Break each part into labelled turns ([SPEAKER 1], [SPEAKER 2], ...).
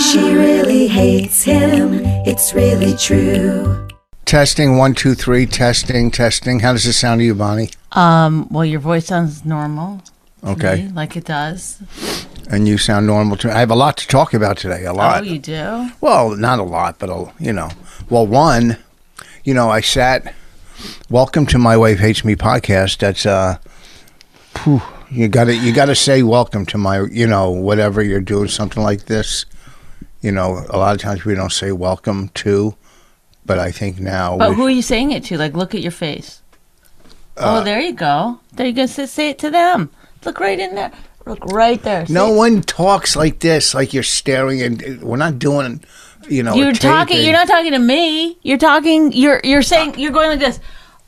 [SPEAKER 1] She really hates him. It's really true.
[SPEAKER 2] Testing one, two, three, testing, testing. How does it sound to you, Bonnie?
[SPEAKER 3] Um, well, your voice sounds normal. to
[SPEAKER 2] Okay.
[SPEAKER 3] me, like it does.
[SPEAKER 2] And you sound normal too. I have a lot to talk about today. A lot.
[SPEAKER 3] Oh, you do?
[SPEAKER 2] Well, not a lot, but a, you know. Well, one, you know, I sat. Welcome to my wife hates me podcast. That's uh, phew, you got to you got to say welcome to my you know whatever you're doing something like this. You know, a lot of times we don't say welcome to, but I think now.
[SPEAKER 3] But
[SPEAKER 2] we-
[SPEAKER 3] who are you saying it to? Like, look at your face.
[SPEAKER 2] Uh,
[SPEAKER 3] oh, there you go. There you go. Say, say it to them. Look right in there. Look right there. Say
[SPEAKER 2] no
[SPEAKER 3] it.
[SPEAKER 2] one talks like this. Like you're staring, and uh, we're not doing. You know, a
[SPEAKER 3] You're
[SPEAKER 2] tape
[SPEAKER 3] talking.
[SPEAKER 2] and-
[SPEAKER 3] You're not talking to me. You're talking. You're you're saying you're going like this.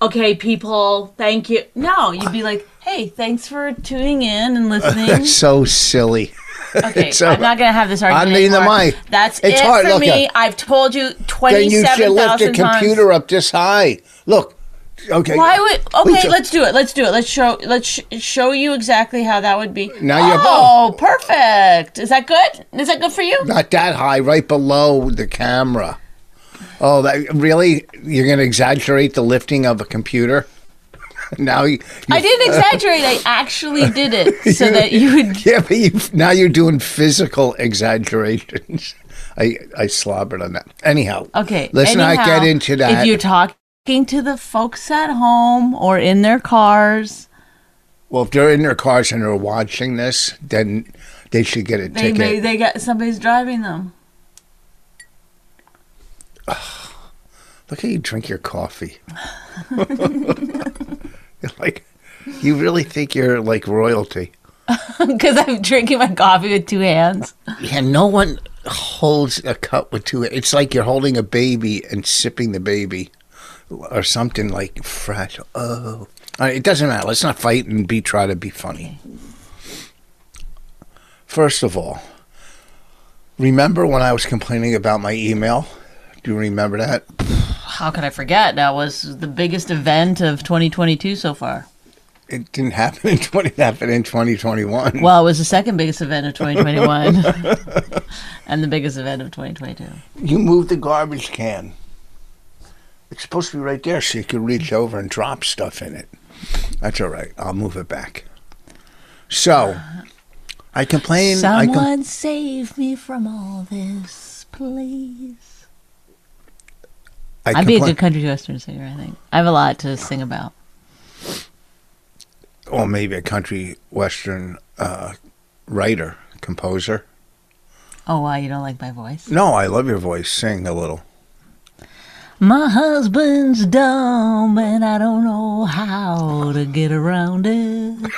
[SPEAKER 3] Okay, people. Thank you. No, you'd be like, hey, thanks for tuning in and listening.
[SPEAKER 2] That's so silly.
[SPEAKER 3] Okay,
[SPEAKER 2] So-
[SPEAKER 3] I'm not gonna have this argument.
[SPEAKER 2] need the
[SPEAKER 3] anymore.
[SPEAKER 2] mic.
[SPEAKER 3] That's
[SPEAKER 2] It's
[SPEAKER 3] it
[SPEAKER 2] hard,
[SPEAKER 3] for
[SPEAKER 2] look,
[SPEAKER 3] me.
[SPEAKER 2] uh,
[SPEAKER 3] I've told you
[SPEAKER 2] Then you should
[SPEAKER 3] twenty-seven
[SPEAKER 2] lift the
[SPEAKER 3] thousand times.
[SPEAKER 2] computer up this high. Look. Okay.
[SPEAKER 3] Why would?
[SPEAKER 2] We
[SPEAKER 3] Okay,
[SPEAKER 2] should-
[SPEAKER 3] let's do it. Let's do it. Let's show. Let's sh- show you exactly how that would be.
[SPEAKER 2] Now you're
[SPEAKER 3] Oh, perfect. Is that good? Is that good for you?
[SPEAKER 2] Not that high, right below the camera. Oh, that really? You're going to exaggerate the lifting of a computer? Now you, you-
[SPEAKER 3] I didn't exaggerate. I actually did it so that you would.
[SPEAKER 2] yeah, but you now you're doing physical exaggerations. I I slobbered on that. Anyhow,
[SPEAKER 3] Okay.
[SPEAKER 2] Let's not
[SPEAKER 3] anyhow,
[SPEAKER 2] get into that.
[SPEAKER 3] If you're talking to the folks at home or in their cars,
[SPEAKER 2] well, if they're in their cars and they're watching this, then they should get a
[SPEAKER 3] they
[SPEAKER 2] ticket.
[SPEAKER 3] may, they got somebody's driving them.
[SPEAKER 2] Look how you drink your coffee. You're like, you really think you're like royalty.
[SPEAKER 3] Because I'm drinking my coffee with two hands.
[SPEAKER 2] Yeah, no one holds a cup with two. It's like you're holding a baby and sipping the baby or something like fragile. Oh. All right, it doesn't matter. Let's not fight and be try to be funny. First of all, remember when I was complaining about my email? Do you remember that?
[SPEAKER 3] How could I forget? That was the biggest event of 2022 so far.
[SPEAKER 2] It didn't happen in 20 it happened in 2021.
[SPEAKER 3] Well, it was the second biggest event of 2021 and the biggest event of 2022.
[SPEAKER 2] You moved the garbage can. It's supposed to be right there so you can reach over and drop stuff in it. That's all right. I'll move it back. So, I complain. I
[SPEAKER 3] Someone
[SPEAKER 2] com-
[SPEAKER 3] save me from all this, please.
[SPEAKER 2] I
[SPEAKER 3] I'd be a
[SPEAKER 2] complain-
[SPEAKER 3] good country western singer, I think. I have a lot to sing about.
[SPEAKER 2] or maybe a country western uh, writer, composer.
[SPEAKER 3] Oh, wow, you don't like my voice?
[SPEAKER 2] No, I love your voice. Sing a little.
[SPEAKER 3] My husband's dumb and I don't know how to get around it.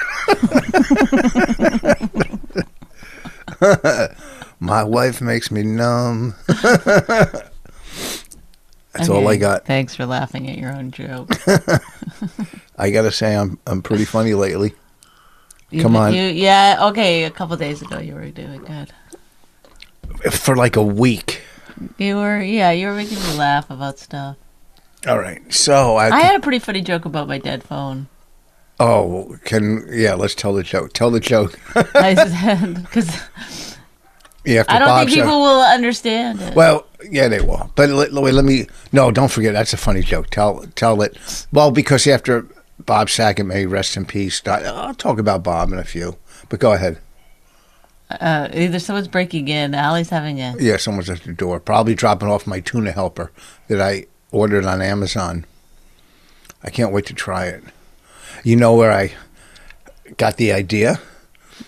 [SPEAKER 2] My wife makes me numb. That's all I
[SPEAKER 3] Okay,
[SPEAKER 2] got.
[SPEAKER 3] Thanks for laughing at your own joke.
[SPEAKER 2] I got to say, I'm I'm pretty funny lately.
[SPEAKER 3] You-
[SPEAKER 2] Come on.
[SPEAKER 3] You, yeah, okay, a couple days ago you were doing good.
[SPEAKER 2] For like a week.
[SPEAKER 3] You were, yeah, you were making me laugh about stuff.
[SPEAKER 2] All right. So I,
[SPEAKER 3] I had a pretty funny joke about my dead phone.
[SPEAKER 2] Oh, can yeah? Let's tell the joke. Tell the joke.
[SPEAKER 3] I said because
[SPEAKER 2] Yeah, after
[SPEAKER 3] I don't
[SPEAKER 2] Bob
[SPEAKER 3] think
[SPEAKER 2] said-
[SPEAKER 3] people will understand it.
[SPEAKER 2] Well, yeah, they will. But let, wait, let me. No, don't forget. That's a funny joke. Tell tell it. Well, because after Bob Saget, may he rest in peace. Died, I'll talk about Bob in a few. But go ahead.
[SPEAKER 3] Uh, either someone's breaking in, Allie's having a.
[SPEAKER 2] Yeah, someone's at the door. Probably dropping off my tuna helper that I ordered on Amazon. I can't wait to try it. You know where I got the idea?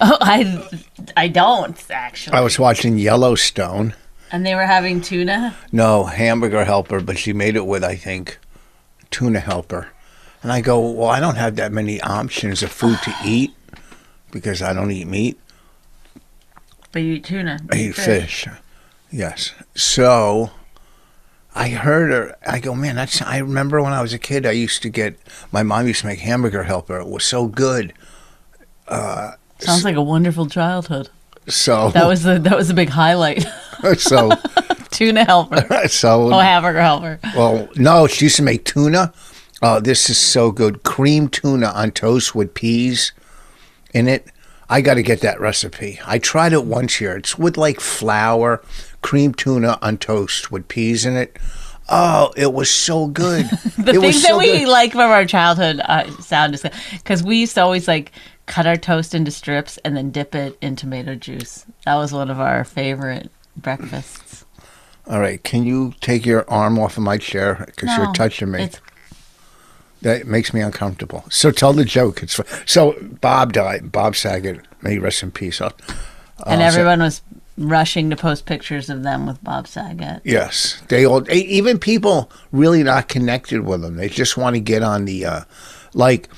[SPEAKER 3] Oh, I, I don't actually.
[SPEAKER 2] I was watching Yellowstone.
[SPEAKER 3] And they were having tuna.
[SPEAKER 2] No, hamburger helper, but she made it with, I think, tuna helper. And I go, well, I don't have that many options of food to eat because I don't eat meat.
[SPEAKER 3] But you eat tuna.
[SPEAKER 2] I eat fish. Yes. So I heard her. I go, man, that's. I remember when I was a kid, I used to get, my mom used to make hamburger helper. It was so good.
[SPEAKER 3] Sounds like a wonderful childhood.
[SPEAKER 2] So,
[SPEAKER 3] That was the that was the big highlight.
[SPEAKER 2] so,
[SPEAKER 3] tuna helper.
[SPEAKER 2] so,
[SPEAKER 3] Oh, hamburger helper.
[SPEAKER 2] well, no, she used to make tuna. Oh, this is so good. Cream tuna on toast with peas in it. I got to get that recipe. I tried it once here. It's with like flour, cream tuna on toast with peas in it. Oh, it was so good.
[SPEAKER 3] The
[SPEAKER 2] it was
[SPEAKER 3] things that
[SPEAKER 2] so
[SPEAKER 3] we
[SPEAKER 2] good.
[SPEAKER 3] like from our childhood uh, sound is because we used to always like cut our toast into strips and then dip it in tomato juice. That was one of our favorite breakfasts.
[SPEAKER 2] All right, can you take your arm off of my chair because
[SPEAKER 3] No,
[SPEAKER 2] you're touching me?
[SPEAKER 3] it's-
[SPEAKER 2] That makes me uncomfortable. So tell the joke. It's so Bob died. Bob Saget, may he rest in peace. Uh,
[SPEAKER 3] and
[SPEAKER 2] so-
[SPEAKER 3] everyone was rushing to post pictures of them with Bob Saget.
[SPEAKER 2] Yes, they all. e- Even people really not connected with them. They just want to get on the, uh, like,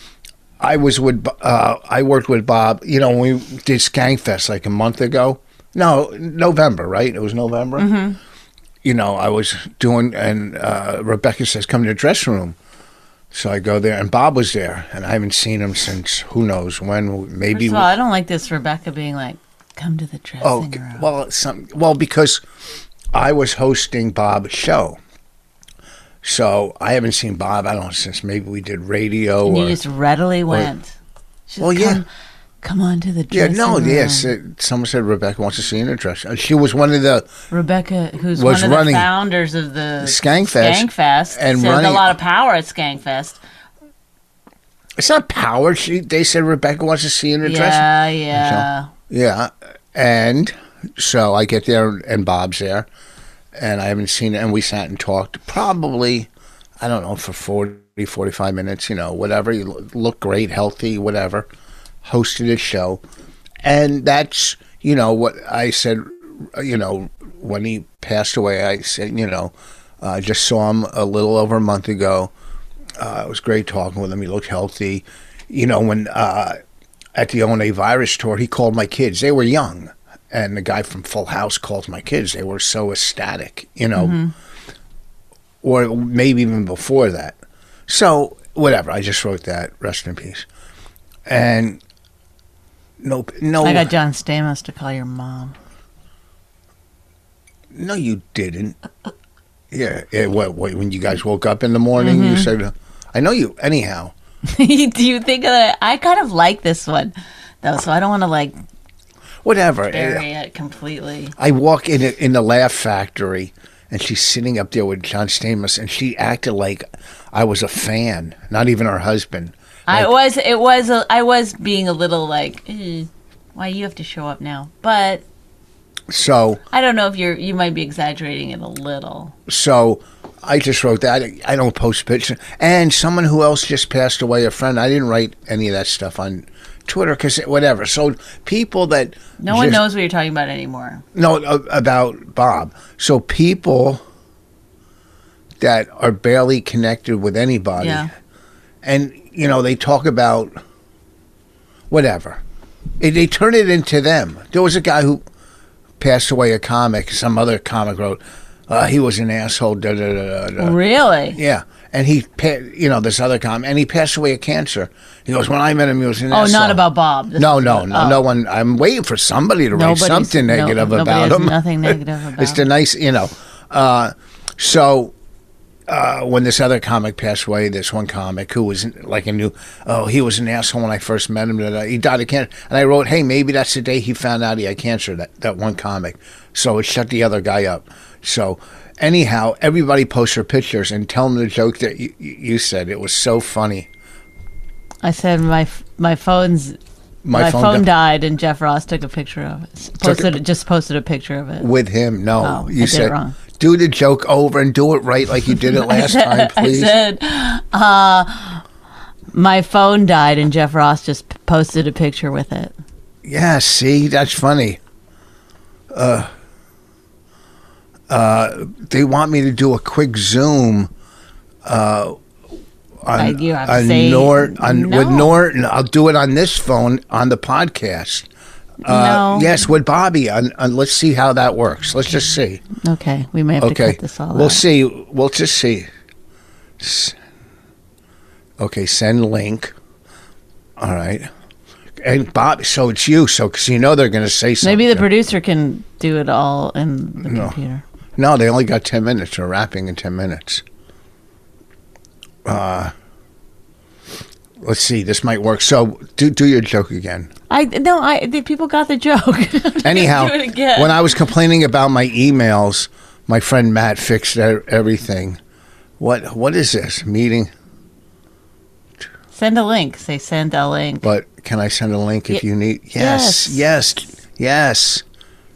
[SPEAKER 2] I was with. Bo- Uh, I worked with Bob. You know, when we did Skankfest like a month ago. No, November, right? It was November. You know, I was doing, and uh, Rebecca says, "Come to the dressing room." So I go there, and Bob was there, and I haven't seen him since who knows when.
[SPEAKER 3] First
[SPEAKER 2] Maybe
[SPEAKER 3] of all, I don't like this Rebecca being like, "Come to the dressing
[SPEAKER 2] Oh, g-
[SPEAKER 3] room."
[SPEAKER 2] well, some well because I was hosting Bob's show, so I haven't seen Bob. I don't know since maybe we did radio
[SPEAKER 3] and
[SPEAKER 2] or
[SPEAKER 3] you just readily went. She's
[SPEAKER 2] oh, uh, Well,
[SPEAKER 3] like,
[SPEAKER 2] yeah.
[SPEAKER 3] "Come- Come on to the
[SPEAKER 2] yeah.
[SPEAKER 3] dressing
[SPEAKER 2] No,
[SPEAKER 3] room.
[SPEAKER 2] yes. It, someone said Rebecca wants to see an address. Uh, She was one of the
[SPEAKER 3] Rebecca, who's
[SPEAKER 2] was
[SPEAKER 3] one of
[SPEAKER 2] running
[SPEAKER 3] the founders of the
[SPEAKER 2] Skankfest
[SPEAKER 3] Skankfest
[SPEAKER 2] and
[SPEAKER 3] and
[SPEAKER 2] running-
[SPEAKER 3] a lot of power at Skankfest.
[SPEAKER 2] it's not power. She they said Rebecca wants to see an address.
[SPEAKER 3] Yeah, yeah.
[SPEAKER 2] Yeah, and so I get there and Bob's there, and I haven't seen it. And we sat and talked probably, I don't know, for 40, 45 minutes, you know, whatever. You lo- look great, healthy, whatever. Hosted a show. And that's, you know, what I said, you know, when he passed away, I said, you know, I just saw him a little over a month ago. Uh, it was great talking with him. He looked healthy. You know, when uh, at the ONA virus tour, he called my kids. They were young. And the guy from Full House called my kids. They were so ecstatic, you know,
[SPEAKER 3] Mm-hmm.
[SPEAKER 2] or maybe even before that. So, whatever. I just wrote that. Rest in peace. And no, no,
[SPEAKER 3] I got John Stamos to call your mom.
[SPEAKER 2] no, you didn't. Yeah. It, what, what, when you guys woke up in the morning, you
[SPEAKER 3] Mm-hmm.
[SPEAKER 2] said, I know you. Anyhow.
[SPEAKER 3] Do you think that I kind of like this one though? So I don't want to like
[SPEAKER 2] Whatever.
[SPEAKER 3] bury it completely.
[SPEAKER 2] I walk in the, in the Laugh Factory, and she's sitting up there with John Stamos, and she acted like I was a fan, not even her husband.
[SPEAKER 3] I
[SPEAKER 2] Like,
[SPEAKER 3] was, it was, a, I was being a little like, "Eh, why you have to show up now? But
[SPEAKER 2] so
[SPEAKER 3] I don't know if you're, you might be exaggerating it a little.
[SPEAKER 2] so. I just wrote that. I don't post pictures. And someone who else just passed away, a friend. I didn't write any of that stuff on Twitter because whatever. So people that
[SPEAKER 3] No one
[SPEAKER 2] just-
[SPEAKER 3] knows what you're talking about anymore.
[SPEAKER 2] No, a- about Bob. So people that are barely connected with anybody,
[SPEAKER 3] Yeah.
[SPEAKER 2] and you know they talk about whatever. It, they turn it into them. There was a guy who passed away, a comic. Some other comic wrote, uh, "He was an asshole." Da da da da. da.
[SPEAKER 3] really?
[SPEAKER 2] Uh, Yeah, and he, pa- you know, this other comic, and he passed away of cancer. He goes, "When I met him, he was an
[SPEAKER 3] Oh,
[SPEAKER 2] asshole."
[SPEAKER 3] not about Bob. This
[SPEAKER 2] No,
[SPEAKER 3] is
[SPEAKER 2] no,
[SPEAKER 3] about-
[SPEAKER 2] no,
[SPEAKER 3] oh.
[SPEAKER 2] no one. I'm waiting for somebody to write
[SPEAKER 3] Nobody's-
[SPEAKER 2] something
[SPEAKER 3] no-
[SPEAKER 2] negative
[SPEAKER 3] nobody
[SPEAKER 2] about
[SPEAKER 3] has
[SPEAKER 2] him.
[SPEAKER 3] nothing negative about
[SPEAKER 2] it's the
[SPEAKER 3] him.
[SPEAKER 2] nice, you know. Uh, so uh, when this other comic passed away, this one comic who was like a new, oh, he was an asshole when I first met him. that He died of cancer, and I wrote, hey, maybe that's the day he found out he had cancer. That that one comic, so it shut the other guy up. So. Anyhow, everybody post their pictures and tell them the joke that you, you you said. It was so funny.
[SPEAKER 3] I said my f- my phone's my, phone,
[SPEAKER 2] di-
[SPEAKER 3] died, and Jeff Ross took a picture of it. S- Posted just posted a picture of it.
[SPEAKER 2] with him. No,
[SPEAKER 3] Oh, I
[SPEAKER 2] you
[SPEAKER 3] did it
[SPEAKER 2] said
[SPEAKER 3] wrong.
[SPEAKER 2] do the joke over and do it right like you did it last time, please.
[SPEAKER 3] I said, uh, my phone died, and Jeff Ross just p- posted a picture with it.
[SPEAKER 2] yeah, see, that's funny. Uh, uh, they want me to do a quick zoom. Uh, on,
[SPEAKER 3] Like you have to
[SPEAKER 2] on
[SPEAKER 3] say
[SPEAKER 2] Nort- on- with
[SPEAKER 3] no.
[SPEAKER 2] Norton. I'll do it on this phone on the podcast. Uh,
[SPEAKER 3] no.
[SPEAKER 2] Yes, with Bobby. On, on, let's see how that works. Let's just see.
[SPEAKER 3] Okay, we may have to
[SPEAKER 2] Okay.
[SPEAKER 3] cut this all
[SPEAKER 2] we'll
[SPEAKER 3] out.
[SPEAKER 2] see. We'll just see. S- Okay, send link. All right. And Bob, so it's you, so because you know they're going to say something.
[SPEAKER 3] Maybe the producer can do it all in the computer.
[SPEAKER 2] no, they only got ten minutes. They're wrapping in ten minutes. Uh, Let's see. This might work. So do do your joke again.
[SPEAKER 3] I no, I the people got the joke.
[SPEAKER 2] Anyhow,
[SPEAKER 3] do it again.
[SPEAKER 2] when I was complaining about my emails, my friend Matt fixed e- everything. What what is this meeting?
[SPEAKER 3] send a link. Say send a link.
[SPEAKER 2] But can I send a link if
[SPEAKER 3] Ye-
[SPEAKER 2] you need? Yes, yes, yes.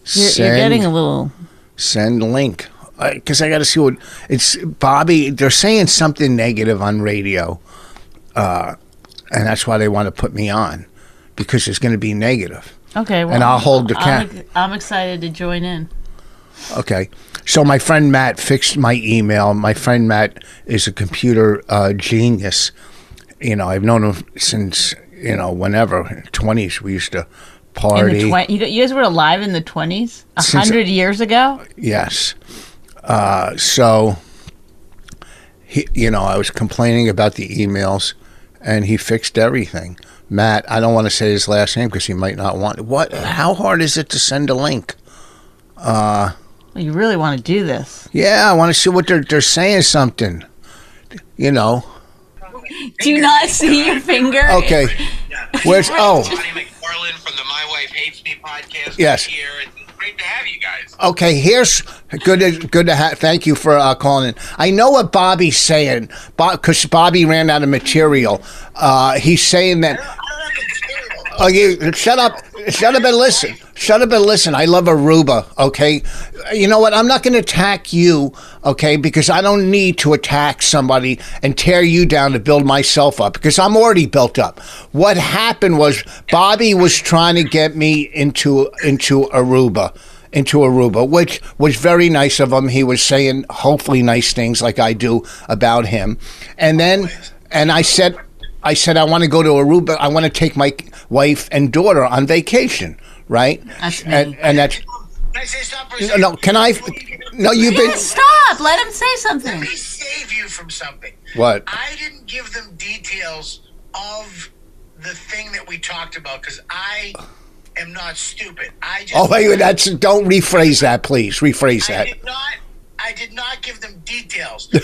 [SPEAKER 3] You're, you're
[SPEAKER 2] Send-
[SPEAKER 3] getting a little.
[SPEAKER 2] send link because I, got to see what it's Bobby. They're saying something negative on radio, uh, and that's why they want to put me on because it's going to be negative.
[SPEAKER 3] Okay, well,
[SPEAKER 2] And I'll hold the
[SPEAKER 3] I'm-
[SPEAKER 2] cat.
[SPEAKER 3] I'm excited to join in.
[SPEAKER 2] Okay, so my friend Matt fixed my email. My friend Matt is a computer uh, genius. You know, I've known him since you know whenever twenties we used to
[SPEAKER 3] In
[SPEAKER 2] party.
[SPEAKER 3] the twen- you, you guys were alive in the twenties, a
[SPEAKER 2] Since-
[SPEAKER 3] hundred years ago.
[SPEAKER 2] Yes. Uh, so, he, you know, I was complaining about the emails, and he fixed everything. Matt, I don't want to say his last name because he might not want. What? How hard is it to send a link?
[SPEAKER 3] Well, you really want to do this?
[SPEAKER 2] Yeah, I want to see what they're they're saying. Something, you know.
[SPEAKER 3] Do you not see your finger?
[SPEAKER 2] Okay. Where's oh?
[SPEAKER 4] Bonnie McFarland from the My Wife Hates Me podcast.
[SPEAKER 2] Yes.
[SPEAKER 4] Here. It's great to have you guys.
[SPEAKER 2] Okay, here's good. To, good to have. Thank you for uh, calling in. I know what Bobby's saying, because Bobby ran out of material. Uh, he's saying that. Oh, you shut up! Shut up and listen. Shut up and listen. I love Aruba. Okay, you know what? I'm not going to attack you. Okay, because I don't need to attack somebody and tear you down to build myself up because I'm already built up. What happened was Bobby was trying to get me into into Aruba. Into Aruba, which was very nice of him. He was saying hopefully nice things like I do about him, and then and I said I said I want to go to Aruba. I want to take my wife and daughter on vacation, right?
[SPEAKER 3] That's me.
[SPEAKER 2] and, and that's
[SPEAKER 4] Can I say stop for a second?
[SPEAKER 2] no. Can I? No, you've
[SPEAKER 3] Yeah,
[SPEAKER 2] been
[SPEAKER 3] stop. Let him say
[SPEAKER 4] Let
[SPEAKER 3] something.
[SPEAKER 4] me save you from something.
[SPEAKER 2] what?
[SPEAKER 4] I didn't give them details of the thing that we talked about because I am not stupid. I just.
[SPEAKER 2] Oh, wait, that's don't rephrase that, please. Rephrase
[SPEAKER 4] I
[SPEAKER 2] that.
[SPEAKER 4] did not. I did not give them details. You're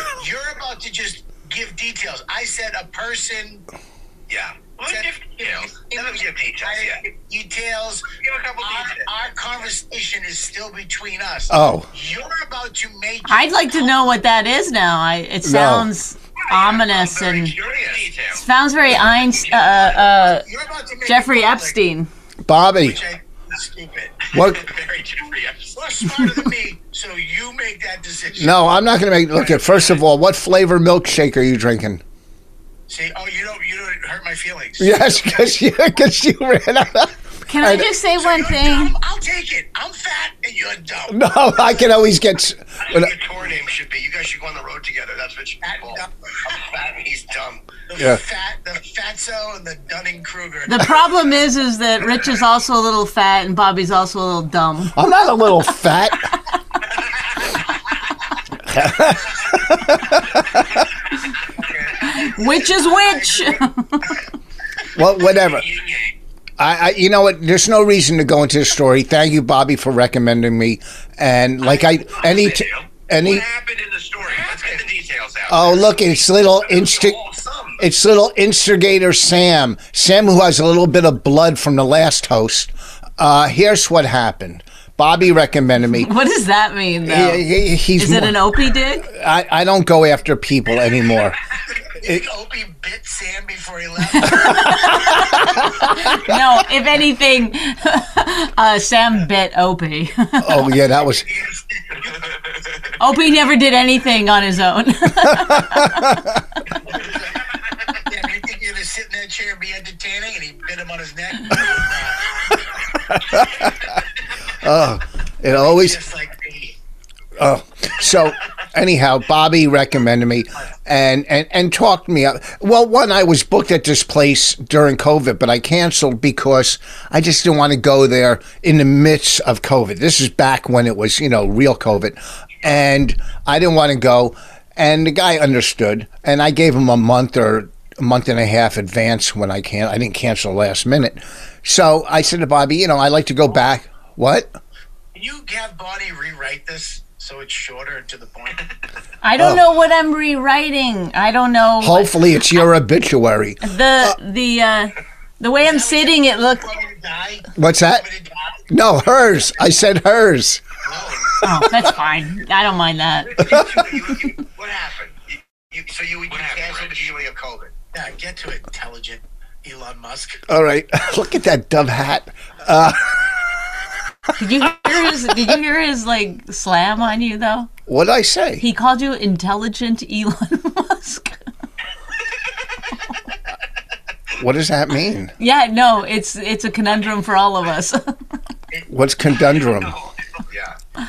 [SPEAKER 4] about to just give details. I said a person. Yeah. Said, details. Let me give details. Yeah. Details. Give a couple our, details. Our conversation is still between us.
[SPEAKER 2] Oh,
[SPEAKER 4] You're about to make.
[SPEAKER 3] I'd like to know what that is now. I, it sounds ominous and
[SPEAKER 4] curious.
[SPEAKER 3] sounds very Einstein, uh, uh,
[SPEAKER 4] You're about to make
[SPEAKER 3] Jeffrey
[SPEAKER 4] it public.
[SPEAKER 3] Epstein.
[SPEAKER 2] Bobby.
[SPEAKER 4] Okay, Stupid.
[SPEAKER 2] What?
[SPEAKER 4] Very Jeffrey Epstein. You're smarter than me, so you make that decision.
[SPEAKER 2] No, I'm not going to make. Look at first of all, what flavor milkshake are you drinking?
[SPEAKER 4] See, oh, you don't, you don't hurt my feelings.
[SPEAKER 2] Yes, because you, cause you ran out. of-
[SPEAKER 3] Can I
[SPEAKER 2] And-
[SPEAKER 3] just say
[SPEAKER 4] So
[SPEAKER 3] one
[SPEAKER 4] you're
[SPEAKER 3] thing?
[SPEAKER 4] dumb, I'll take it. I'm fat and you're dumb.
[SPEAKER 2] No, I can always get. s-
[SPEAKER 5] Your tour name should be. You guys should go on the road together. That's what you
[SPEAKER 4] Fat and
[SPEAKER 5] call.
[SPEAKER 4] dumb.
[SPEAKER 5] I'm fat and he's dumb.
[SPEAKER 4] The
[SPEAKER 2] Yeah.
[SPEAKER 4] fat, the fatso, and the Dunning Kruger.
[SPEAKER 3] The problem is, is that Rich is also a little fat and Bobby's also a little dumb.
[SPEAKER 2] I'm not a little fat.
[SPEAKER 3] Which is which?
[SPEAKER 2] Well, whatever. I, I, you know what? There's no reason to go into the story. Thank you, Bobby, for recommending me. And like I, any, t- any.
[SPEAKER 5] What happened in the story? Let's get the details out.
[SPEAKER 2] Oh, look! It's little insta.
[SPEAKER 5] Awesome.
[SPEAKER 2] It's little instigator Sam. Sam, who has a little bit of blood from the last host. Uh, here's what happened. Bobby recommended me.
[SPEAKER 3] What does that mean, though?
[SPEAKER 2] He- he- he's
[SPEAKER 3] Is it
[SPEAKER 2] more-
[SPEAKER 3] an opie dig?
[SPEAKER 2] I, I don't go after people anymore.
[SPEAKER 4] You think Opie bit Sam before he left?
[SPEAKER 3] No, if anything, uh, Sam bit Opie.
[SPEAKER 2] Oh yeah, that was
[SPEAKER 3] Opie never did anything on his own.
[SPEAKER 4] Yeah, you think you're gonna sit in that chair and be entertaining, and he bit him on his neck.
[SPEAKER 2] it. Always
[SPEAKER 4] Just like me.
[SPEAKER 2] so anyhow bobby recommended me and, and and talked me up well one i was booked at this place during covid but i canceled because i just didn't want to go there in the midst of covid this is back when it was you know real covid and i didn't want to go and the guy understood and i gave him a month or a month and a half advance when i can i didn't cancel last minute so i said to bobby you know i like to go back what
[SPEAKER 4] Can you have Bonnie rewrite this? so it's shorter and to the point.
[SPEAKER 3] I don't know what I'm rewriting. I don't know. what-
[SPEAKER 2] Hopefully, it's your obituary.
[SPEAKER 3] the the uh, the way I'm sitting, it looked.
[SPEAKER 4] Want me to die?
[SPEAKER 2] What's that?
[SPEAKER 4] Want me to die?
[SPEAKER 2] No, hers. I said hers.
[SPEAKER 3] Oh, that's fine. I don't mind that.
[SPEAKER 5] you, you, you,
[SPEAKER 4] What happened?
[SPEAKER 5] you, you, so you, you canceled the shooting of COVID.
[SPEAKER 4] Yeah, get to it, intelligent Elon Musk.
[SPEAKER 2] All right. Look at that dove hat.
[SPEAKER 3] Did you hear his? Did you hear his like slam on you though?
[SPEAKER 2] What'd I say?
[SPEAKER 3] He called you intelligent Elon Musk.
[SPEAKER 2] What does that mean?
[SPEAKER 3] Yeah, no, it's it's a conundrum for all of us.
[SPEAKER 2] What's conundrum?
[SPEAKER 5] Yeah.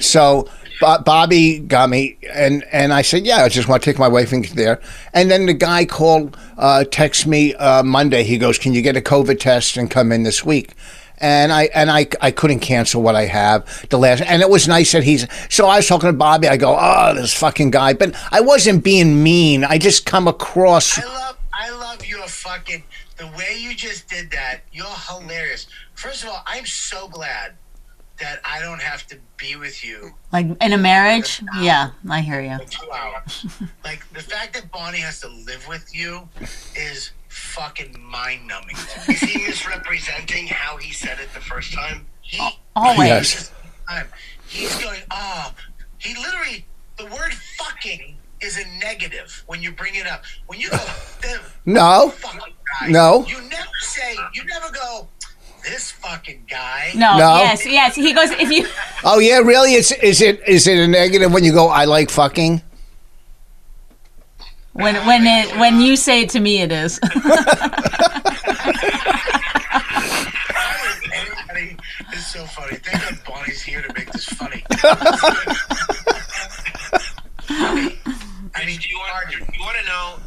[SPEAKER 2] So Bo- Bobby got me, and and I said, yeah, I just want to take my wife and get there. And then the guy called, uh, texted me uh, Monday. He goes, can you get a COVID test and come in this week? And I and I, I couldn't cancel what I have the last and it was nice that he's so I was talking to Bobby I go oh this fucking guy but I wasn't being mean I just come across
[SPEAKER 4] I love, I love your fucking the way you just did that. You're hilarious. First of all, I'm so glad that I don't have to be with you
[SPEAKER 3] like in a marriage, yeah, I hear you.
[SPEAKER 4] for two hours. like the fact that Bonnie has to live with you is fucking mind numbing.
[SPEAKER 5] Is he misrepresenting how he said it the first time?
[SPEAKER 4] He,
[SPEAKER 3] Always.
[SPEAKER 2] Yes.
[SPEAKER 4] time. He's going, oh, he literally, the word fucking is a negative when you bring it up. When you go, the
[SPEAKER 2] no
[SPEAKER 4] fucking guy.
[SPEAKER 2] No.
[SPEAKER 4] You never say, you never go, this fucking guy.
[SPEAKER 3] No,
[SPEAKER 2] No.
[SPEAKER 3] yes, yes. He goes if you
[SPEAKER 2] oh yeah really is is it is it a negative when you go I like fucking
[SPEAKER 3] when when it when you say it to me, it is.
[SPEAKER 4] Everybody is so funny. Thank God Bonnie's here to make this funny.
[SPEAKER 5] I mean, do you want do you want to know?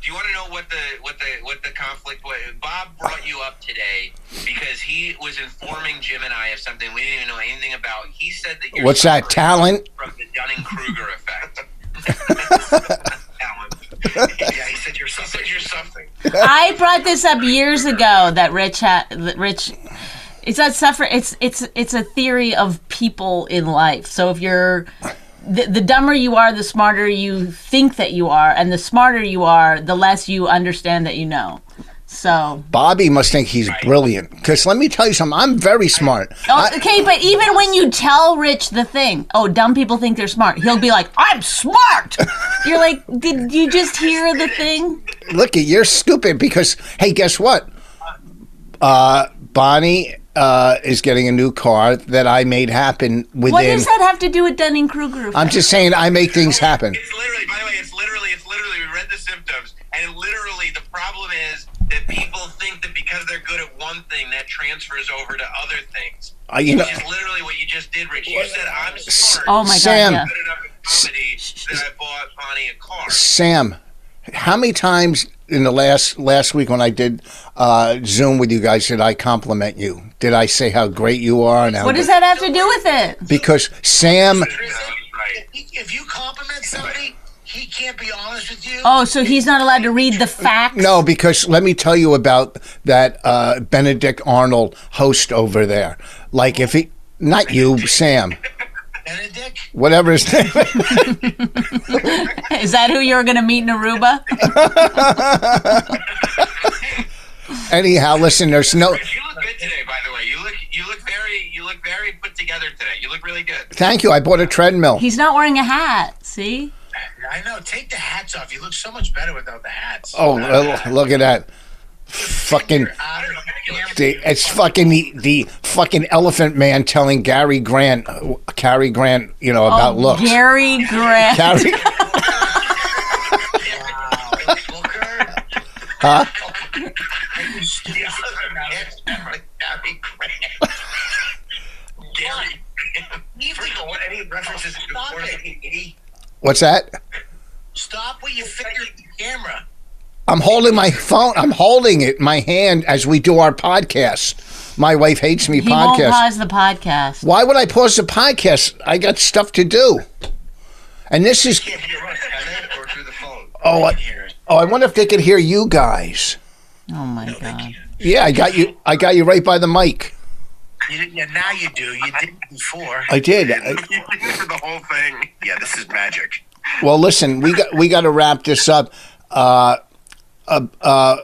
[SPEAKER 5] Do you want to know what the what the what the conflict was? Bob brought you up today because he was informing Jim and I of something we didn't even know anything about. He said that you're
[SPEAKER 2] what's that
[SPEAKER 5] suffering
[SPEAKER 2] talent
[SPEAKER 5] from the Dunning Kruger effect. Talent. yeah, he said you're something. You're something.
[SPEAKER 3] I brought this up years ago that Rich ha- that Rich it's not suffer it's it's it's a theory of people in life. So if you're the, the dumber you are, the smarter you think that you are, and the smarter you are, the less you understand that you know. So,
[SPEAKER 2] Bobby must think he's brilliant. Because let me tell you something, I'm very smart.
[SPEAKER 3] oh, okay, but even when you tell Rich the thing, oh, dumb people think they're smart, he'll be like, I'm smart. You're like, did you just hear the thing?
[SPEAKER 2] Look, at you're stupid because, hey, guess what? Uh, Bonnie uh, is getting a new car that I made happen within.
[SPEAKER 3] What does that have to do with Dunning Kruger?
[SPEAKER 2] I'm just saying, I make things happen.
[SPEAKER 5] It's literally, by the way, it's literally, it's literally, we read the symptoms, and literally the problem is that people think that because they're good at one thing, that transfers over to other things.
[SPEAKER 2] Uh, you know,
[SPEAKER 5] Which is literally what you just did, Rich. You said, I'm smart.
[SPEAKER 3] Oh my
[SPEAKER 2] Sam.
[SPEAKER 3] god. Yeah.
[SPEAKER 5] Good enough at comedy that I bought Bonnie a car.
[SPEAKER 2] Sam, how many times in the last last week when I did uh, Zoom with you guys did I compliment you? Did I say how great you are? And how
[SPEAKER 3] What does that have to do with it?
[SPEAKER 2] Because Sam,
[SPEAKER 5] Right.
[SPEAKER 4] If you compliment somebody, he can't be honest with you.
[SPEAKER 3] Oh, so he's not allowed to read the facts?
[SPEAKER 2] No, because let me tell you about that uh, Benedict Arnold host over there. Like if he, not you, Sam,
[SPEAKER 4] Benedict?
[SPEAKER 2] whatever his name.
[SPEAKER 3] Is that who you're going to meet in Aruba?
[SPEAKER 2] Anyhow, listen, there's no.
[SPEAKER 5] Rich, you look good today, by the way. You look, you look very, you look very put together today. You look really good.
[SPEAKER 2] Thank you. I bought a treadmill.
[SPEAKER 3] He's not wearing a hat. See?
[SPEAKER 4] I know. Take the hats off. You look so much better without the hats.
[SPEAKER 2] Oh, well, look at that. Fucking,
[SPEAKER 4] I don't know.
[SPEAKER 2] the, it's fucking the, the fucking elephant man telling Gary Grant, uh, Cary Grant, you know about
[SPEAKER 3] Oh,
[SPEAKER 2] looks.
[SPEAKER 3] Gary Grant.
[SPEAKER 2] Cary,
[SPEAKER 4] Booker.
[SPEAKER 2] huh?
[SPEAKER 5] The other man's never Gary Grant. Gary Grant. First of all, what any references to
[SPEAKER 4] Stop
[SPEAKER 5] porn-
[SPEAKER 2] What's that?
[SPEAKER 4] Stop with your finger at the camera.
[SPEAKER 2] I'm holding my phone. I'm holding it in my hand as we do our podcast. My wife hates me
[SPEAKER 3] He
[SPEAKER 2] podcast.
[SPEAKER 3] won't pause the podcast.
[SPEAKER 2] Why would I pause the podcast? I got stuff to do. And this is
[SPEAKER 5] If you're on Skynet or through the phone.
[SPEAKER 2] oh I, oh I wonder if they could hear you guys.
[SPEAKER 3] Oh my god.
[SPEAKER 2] Yeah, I got you. I got you right by the mic.
[SPEAKER 4] You, yeah, now you do. You didn't before.
[SPEAKER 2] I did. I,
[SPEAKER 5] the whole thing.
[SPEAKER 4] Yeah, this is magic.
[SPEAKER 2] well, listen, we got we got to wrap this up. Uh, uh,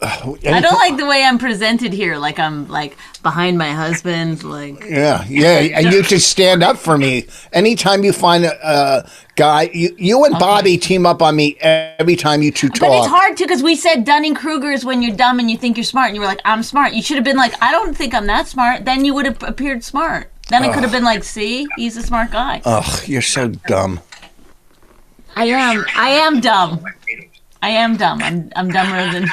[SPEAKER 2] uh,
[SPEAKER 3] I don't like the way I'm presented here. Like I'm like behind my husband. Like
[SPEAKER 2] Yeah, yeah, and you should stand up for me. Anytime you find a, a guy, you, you and Bobby team up on me every time you two talk.
[SPEAKER 3] But it's hard too because we said Dunning Kruger is when you're dumb and you think you're smart, and you were like, "I'm smart." You should have been like, "I don't think I'm that smart." Then you would have appeared smart. Then I could have been like, "See, he's a smart guy."
[SPEAKER 2] Ugh, you're so dumb.
[SPEAKER 3] I am. I am dumb. I am dumb. I'm, I'm dumber than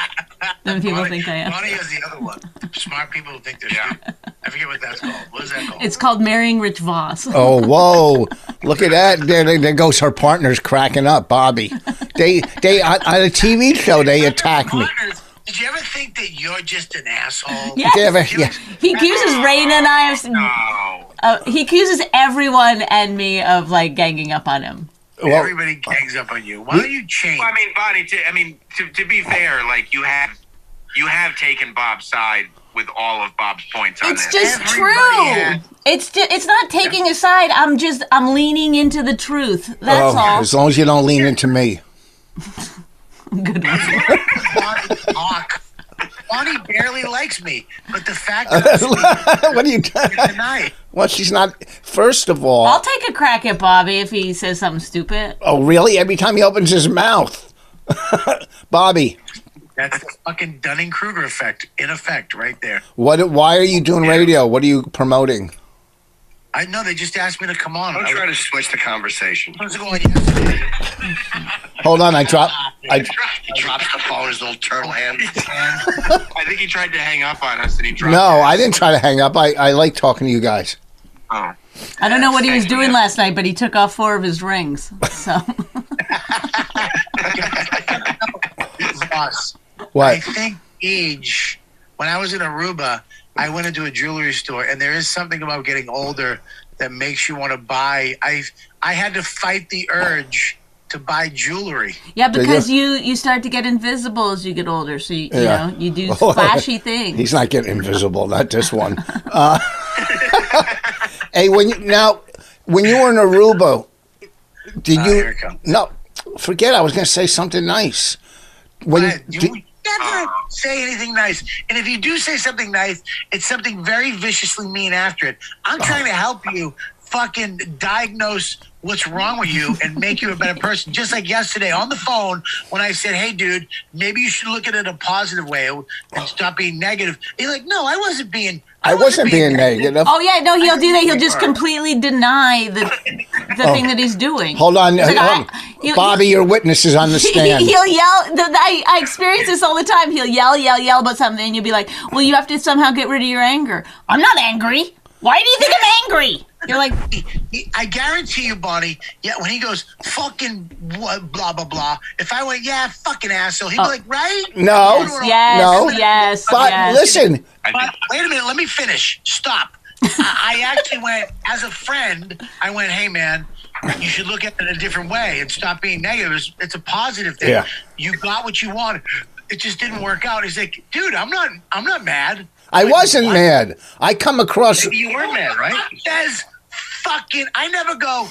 [SPEAKER 3] than people think I am.
[SPEAKER 4] Funny is the other one. Smart people who think they're stupid. I forget what that's called. What is that called?
[SPEAKER 3] It's called marrying Rich Voss.
[SPEAKER 2] Oh, whoa! Look at that. There, there, there goes her partner's cracking up, Bobby. They, they on, on a TV show they attack me.
[SPEAKER 4] Partners, Did you ever think that you're just an asshole?
[SPEAKER 3] Yes.
[SPEAKER 2] They have a- yeah.
[SPEAKER 3] He accuses Raina and I of.
[SPEAKER 4] Oh,
[SPEAKER 3] Uh, he accuses everyone and me of like ganging up on him.
[SPEAKER 2] Well,
[SPEAKER 4] everybody gangs up on you. Why don't you change?
[SPEAKER 5] Well, I mean, Bonnie. To, I mean, to, to be fair, like you have you have taken Bob's side with all of Bob's points on
[SPEAKER 3] It's
[SPEAKER 5] this.
[SPEAKER 3] just
[SPEAKER 4] Everybody
[SPEAKER 3] true.
[SPEAKER 4] has-
[SPEAKER 3] It's ju- it's not taking a side. I'm just I'm leaning into the truth. That's
[SPEAKER 2] oh, as long as you don't lean into me.
[SPEAKER 3] all. Good one.
[SPEAKER 4] Bonnie talk. Bonnie barely likes me, but the fact that I'm
[SPEAKER 2] what are you?
[SPEAKER 4] tonight,
[SPEAKER 2] well, she's not. First of all,
[SPEAKER 3] I'll take a crack at Bobby if he says something stupid.
[SPEAKER 2] oh really? Every time he opens his mouth, Bobby.
[SPEAKER 4] that's the fucking Dunning Kruger effect in effect right there.
[SPEAKER 2] What? Why are you doing radio? What are you promoting?
[SPEAKER 4] I know they just asked me to come on.
[SPEAKER 5] Don't
[SPEAKER 4] I
[SPEAKER 5] try to switch the conversation.
[SPEAKER 4] was going yesterday.
[SPEAKER 2] Hold on, I dropped. I,
[SPEAKER 5] He drops the phone, his little turtle hand.
[SPEAKER 4] and
[SPEAKER 5] I think he tried to hang up on us, and he dropped.
[SPEAKER 2] no, I didn't try to hang up. I, I like talking to you guys.
[SPEAKER 5] Oh.
[SPEAKER 3] I don't know what he was doing last night, but he took off four of his rings. So
[SPEAKER 4] us. I
[SPEAKER 2] What?
[SPEAKER 4] think age. When I was in Aruba, I went into a jewelry store, and there is something about getting older that makes you want to buy. I I had to fight the urge to buy jewelry.
[SPEAKER 3] yeah, because you you start to get invisible as you get older. So you, you
[SPEAKER 2] Yeah. Oh,
[SPEAKER 3] know you do flashy things.
[SPEAKER 2] He's not getting invisible. Not this one. Uh, hey, when you, now when you were in Aruba, did
[SPEAKER 4] Ah,
[SPEAKER 2] you?
[SPEAKER 4] here it comes.
[SPEAKER 2] No, forget. I was going to say something nice. When
[SPEAKER 4] But
[SPEAKER 2] you,
[SPEAKER 4] you
[SPEAKER 2] did-
[SPEAKER 4] never say anything nice, and if you do say something nice, it's something very viciously mean after it. I'm trying to help you fucking diagnose what's wrong with you and make you a better person. Just like yesterday on the phone when I said, "Hey, dude, maybe you should look at it a positive way and stop being negative." You're like, "No, I wasn't being."
[SPEAKER 2] I wasn't being negative.
[SPEAKER 3] Oh yeah, no, he'll do that. He'll just completely deny the the thing that he's doing.
[SPEAKER 2] Oh. Hold on,
[SPEAKER 3] He's like,
[SPEAKER 2] uh, hold
[SPEAKER 3] I-
[SPEAKER 2] on.
[SPEAKER 3] you-
[SPEAKER 2] Bobby. Your witness is on the stand.
[SPEAKER 3] He, will yell. The, the- I, I experience this all the time. He'll yell, yell, yell about something, and you'll be like, "Well, you have to somehow get rid of your anger." I'm not angry. Why do you think I'm angry? You're like,
[SPEAKER 4] He- I guarantee you, Bonnie. Yeah, when he goes fucking blah blah blah, blah if I went, yeah, fucking asshole, he'd be like, right?
[SPEAKER 2] Uh, No.
[SPEAKER 4] Yes,
[SPEAKER 3] yes,
[SPEAKER 2] No.
[SPEAKER 3] yes,
[SPEAKER 2] but
[SPEAKER 3] yes.
[SPEAKER 2] listen,
[SPEAKER 4] But wait a minute, let me finish. Stop. I I actually went as a friend. I went, hey man, you should look at it a different way and stop being negative. It's, it's a positive thing.
[SPEAKER 2] Yeah.
[SPEAKER 4] You got what you wanted. It just didn't work out. He's like, dude, I'm not. I'm not mad.
[SPEAKER 2] I wasn't mad. I come across.
[SPEAKER 4] You were mad, right? Says fucking. I never go.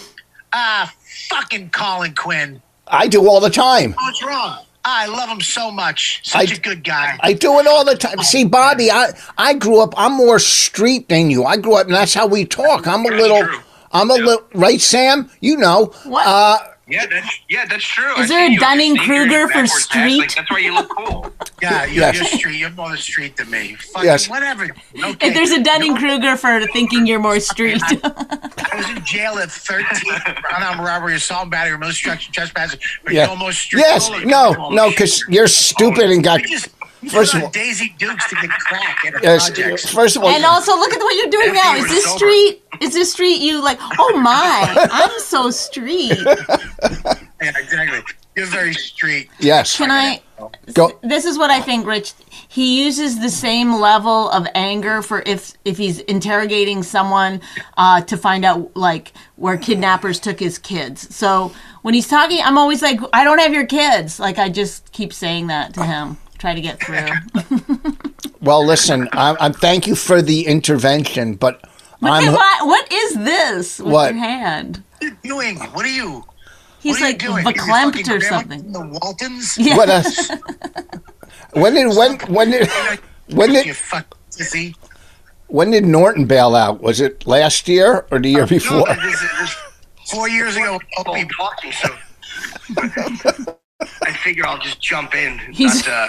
[SPEAKER 4] Ah, fucking Colin Quinn.
[SPEAKER 2] I do all the time.
[SPEAKER 4] What's wrong? I love him so much. Such
[SPEAKER 2] I-
[SPEAKER 4] a good guy.
[SPEAKER 2] I do it all the time. See, Bobby, I I grew up. I'm more street than you. I grew up, and that's how we talk. I'm a
[SPEAKER 5] That's
[SPEAKER 2] little.
[SPEAKER 5] true.
[SPEAKER 2] I'm a little. Right, Sam? You know.
[SPEAKER 3] What?
[SPEAKER 2] Uh,
[SPEAKER 5] Yeah, that's yeah, that's true. I
[SPEAKER 3] Is there
[SPEAKER 5] see
[SPEAKER 3] a
[SPEAKER 5] you with your
[SPEAKER 3] Dunning-Kruger
[SPEAKER 5] sneakers,
[SPEAKER 3] for
[SPEAKER 5] backwards hats,
[SPEAKER 3] street?
[SPEAKER 5] Like, that's why you look cool.
[SPEAKER 4] yeah, you're,
[SPEAKER 2] Yes.
[SPEAKER 4] you're street. You're more the street than me. Fucking
[SPEAKER 2] Yes.
[SPEAKER 4] whatever. Okay.
[SPEAKER 3] if there's a Dunning Kruger for thinking you're more street,
[SPEAKER 4] I was in jail at 13 for unarmed robbery, assault, and battery, most structure, trespassing, but
[SPEAKER 2] yeah.
[SPEAKER 4] you're almost street.
[SPEAKER 2] Yes. No. No. Because you're stupid and got.
[SPEAKER 4] you just you
[SPEAKER 2] First
[SPEAKER 4] first
[SPEAKER 2] of
[SPEAKER 4] of
[SPEAKER 2] all-
[SPEAKER 4] Daisy Dukes to get crack at a
[SPEAKER 2] Yes.
[SPEAKER 4] project.
[SPEAKER 2] First of all.
[SPEAKER 3] and also look at what you're doing now. Is this street? Is this street? You like? Oh my! I'm so street.
[SPEAKER 4] Yeah, exactly. You're very street.
[SPEAKER 2] yes.
[SPEAKER 3] Can I?
[SPEAKER 2] Go.
[SPEAKER 3] this is what I think, Rich. He uses the same level of anger for if if he's interrogating someone uh, to find out like where kidnappers took his kids. So when he's talking, I'm always like, I don't have your kids. Like I just keep saying that to him, try to get through.
[SPEAKER 2] Well, listen, I'm, I'm thank you for the intervention, but
[SPEAKER 3] Look
[SPEAKER 2] I'm
[SPEAKER 3] at what, what is this with
[SPEAKER 2] What?
[SPEAKER 3] your hand?
[SPEAKER 4] you doing? What are you?
[SPEAKER 3] He's
[SPEAKER 4] what are
[SPEAKER 3] like
[SPEAKER 4] you doing? Is your fucking
[SPEAKER 3] verklempt or
[SPEAKER 4] grandma
[SPEAKER 3] something.
[SPEAKER 4] from The Waltons.
[SPEAKER 3] Yeah.
[SPEAKER 2] what else? When did when when did when
[SPEAKER 4] You
[SPEAKER 2] did
[SPEAKER 4] fucking sissy.
[SPEAKER 2] when did Norton bail out? Was it last year or the year before?
[SPEAKER 4] No, this is- this- Four years ago, I'll be
[SPEAKER 5] talking, so I figure I'll just jump in. Uh,
[SPEAKER 3] He's-
[SPEAKER 4] uh,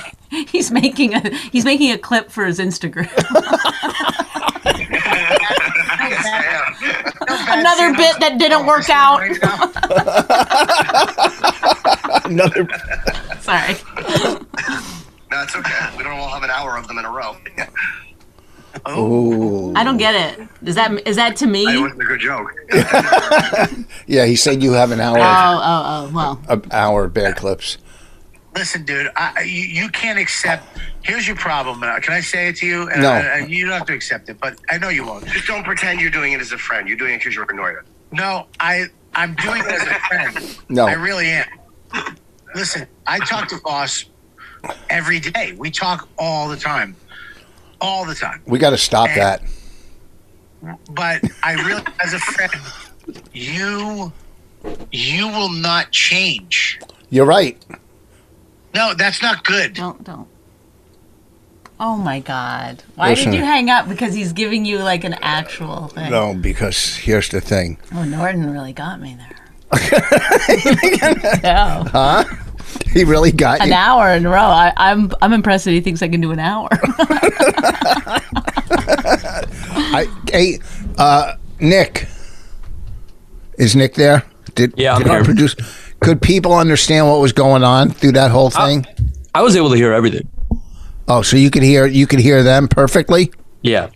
[SPEAKER 3] He's making a he's making a clip for his Instagram. Another bit that
[SPEAKER 2] Oh,
[SPEAKER 3] didn't work out.
[SPEAKER 2] Another
[SPEAKER 3] Sorry.
[SPEAKER 5] no, it's okay. We don't all have an hour of them in a row.
[SPEAKER 2] Ooh.
[SPEAKER 3] I don't get it. Is that is that to me?
[SPEAKER 5] It
[SPEAKER 3] Oh,
[SPEAKER 5] wasn't a good joke.
[SPEAKER 2] Yeah, he said you have an hour
[SPEAKER 3] oh, oh. Well,
[SPEAKER 2] a hour of bad clips.
[SPEAKER 4] Listen, dude, I, I- you, you can't accept. Here's your problem. and I- Can I say it to you? And
[SPEAKER 2] No.
[SPEAKER 4] I- and you don't have to accept it, but I know you won't.
[SPEAKER 5] Just don't pretend you're doing it as a friend. You're doing it because you're annoyed.
[SPEAKER 4] No, I I'm doing it as a friend.
[SPEAKER 2] No.
[SPEAKER 4] I really am. Listen, I talk to boss every day. We talk all the time, all the time.
[SPEAKER 2] We got to stop that.
[SPEAKER 4] But I really, as a friend, you you will not change.
[SPEAKER 2] You're right.
[SPEAKER 4] No, that's not good.
[SPEAKER 3] don't don't. Oh my God! Why
[SPEAKER 2] Listen.
[SPEAKER 3] did you hang up? Because he's giving you like an actual thing.
[SPEAKER 2] No, because here's the thing.
[SPEAKER 3] Oh, Norton really got me there. no.
[SPEAKER 2] He really got
[SPEAKER 3] An
[SPEAKER 2] you.
[SPEAKER 3] hour in a row. I, I'm I'm impressed that he thinks I can do an hour.
[SPEAKER 2] I, hey, uh, Nick, is Nick there? Did,
[SPEAKER 6] Yeah, I'm
[SPEAKER 2] did our
[SPEAKER 6] here.
[SPEAKER 2] Produce, could people understand what was going on through that whole
[SPEAKER 3] Oh.
[SPEAKER 2] thing?
[SPEAKER 6] I was able to hear everything.
[SPEAKER 2] oh, so you could hear you could hear them perfectly.
[SPEAKER 6] Yeah.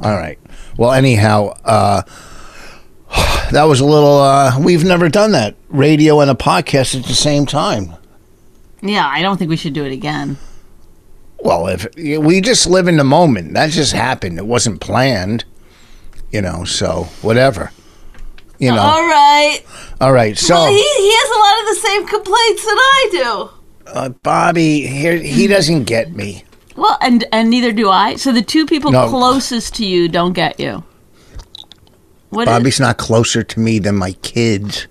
[SPEAKER 2] All right. Well, anyhow, uh, that was a little. Uh, we've never done that radio and a podcast at the same time.
[SPEAKER 3] yeah, I don't think we should do it again.
[SPEAKER 2] Well, if we just live in the moment, that just happened. It wasn't planned, you know. So whatever, you know.
[SPEAKER 3] All right.
[SPEAKER 2] All right. So.
[SPEAKER 3] Well, he, he has a lot of the same complaints that I do.
[SPEAKER 2] Uh, Bobby, here he doesn't get me.
[SPEAKER 3] Well, and and neither do I. So the two people
[SPEAKER 2] No.
[SPEAKER 3] closest to you don't get you. What is-
[SPEAKER 2] Bobby's not closer to me than my kids.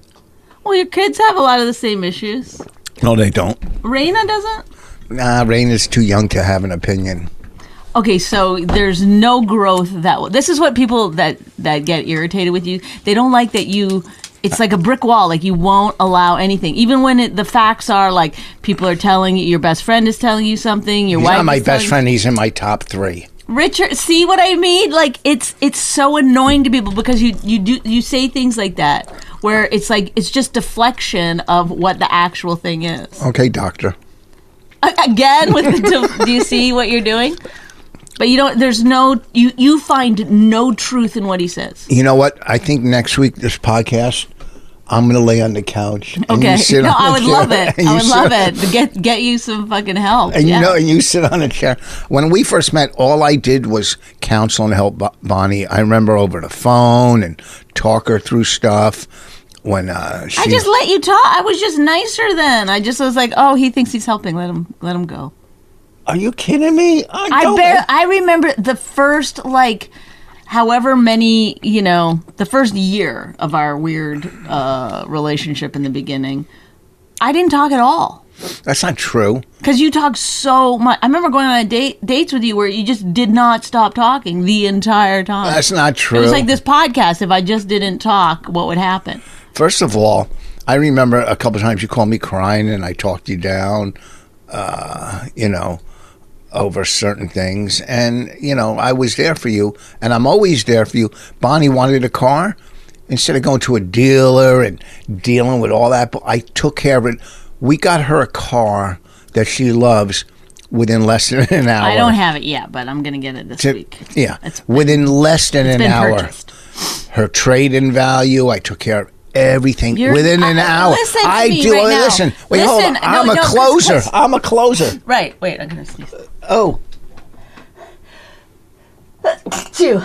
[SPEAKER 3] well, your kids have a lot of the same issues.
[SPEAKER 2] No, they don't.
[SPEAKER 3] Raina doesn't.
[SPEAKER 2] Nah, Rain is too young to have an opinion.
[SPEAKER 3] Okay, so there's no growth that this is what people that that get irritated with you. They don't like that you it's like a brick wall like you won't allow anything even when it, the facts are like people are telling you your best friend is telling you something your
[SPEAKER 2] He's
[SPEAKER 3] wife
[SPEAKER 2] not my
[SPEAKER 3] is
[SPEAKER 2] best
[SPEAKER 3] telling-
[SPEAKER 2] friend. He's in my top three.
[SPEAKER 3] richard see what i mean like it's it's so annoying to people because you you do you say things like that where it's like it's just deflection of what the actual thing is
[SPEAKER 2] Okay, doctor.
[SPEAKER 3] again with the do- do you see what you're doing but you don't there's no you you find no truth in what he says
[SPEAKER 2] You know what? I think next week this podcast, I'm gonna lay on the couch. And
[SPEAKER 3] okay
[SPEAKER 2] You sit
[SPEAKER 3] no
[SPEAKER 2] on
[SPEAKER 3] i
[SPEAKER 2] a
[SPEAKER 3] would
[SPEAKER 2] chair
[SPEAKER 3] love it
[SPEAKER 2] and
[SPEAKER 3] i
[SPEAKER 2] you
[SPEAKER 3] would
[SPEAKER 2] sit
[SPEAKER 3] love
[SPEAKER 2] on-
[SPEAKER 3] it To get get you some fucking help
[SPEAKER 2] And
[SPEAKER 3] yeah.
[SPEAKER 2] you know, and you sit on a chair. When we first met, all I did was counsel and help Bo- Bonnie. I remember over the phone and talk her through stuff. When uh, she
[SPEAKER 3] i just let you talk i was just nicer then i just was like oh he thinks he's helping let him let him go
[SPEAKER 2] Are you kidding me? I,
[SPEAKER 3] I
[SPEAKER 2] don't-
[SPEAKER 3] bar- I remember the first like however many you know the first year of our weird uh, relationship in the beginning I didn't talk at all
[SPEAKER 2] That's not true.
[SPEAKER 3] because you talked so much I remember going on a date dates with you where you just did not stop talking the entire time
[SPEAKER 2] That's not
[SPEAKER 3] it
[SPEAKER 2] true.
[SPEAKER 3] was like this podcast if I just didn't talk what would happen
[SPEAKER 2] First of all, I remember a couple times you called me crying and I talked you down, uh, you know, over certain things. And, you know, I was there for you and I'm always there for you. Bonnie wanted a car. Instead of going to a dealer and dealing with all that, I took care of it. We got her a car that she loves within less than an hour.
[SPEAKER 3] I don't have it yet but I'm gonna get it this
[SPEAKER 2] to,
[SPEAKER 3] week
[SPEAKER 2] yeah,
[SPEAKER 3] It's-
[SPEAKER 2] within less than an
[SPEAKER 3] been
[SPEAKER 2] hour.
[SPEAKER 3] purchased.
[SPEAKER 2] Her trade in value, I took care of everything
[SPEAKER 3] You're-
[SPEAKER 2] within an
[SPEAKER 3] I-
[SPEAKER 2] hour.
[SPEAKER 3] listen to
[SPEAKER 2] I
[SPEAKER 3] me
[SPEAKER 2] do.
[SPEAKER 3] right now.
[SPEAKER 2] listen, wait, hold on.
[SPEAKER 3] Listen, no,
[SPEAKER 2] I'm a
[SPEAKER 3] no, 'cause-
[SPEAKER 2] closer.
[SPEAKER 3] 'cause-
[SPEAKER 2] I'm a closer.
[SPEAKER 3] right wait I'm gonna sneeze
[SPEAKER 2] Oh,
[SPEAKER 3] two.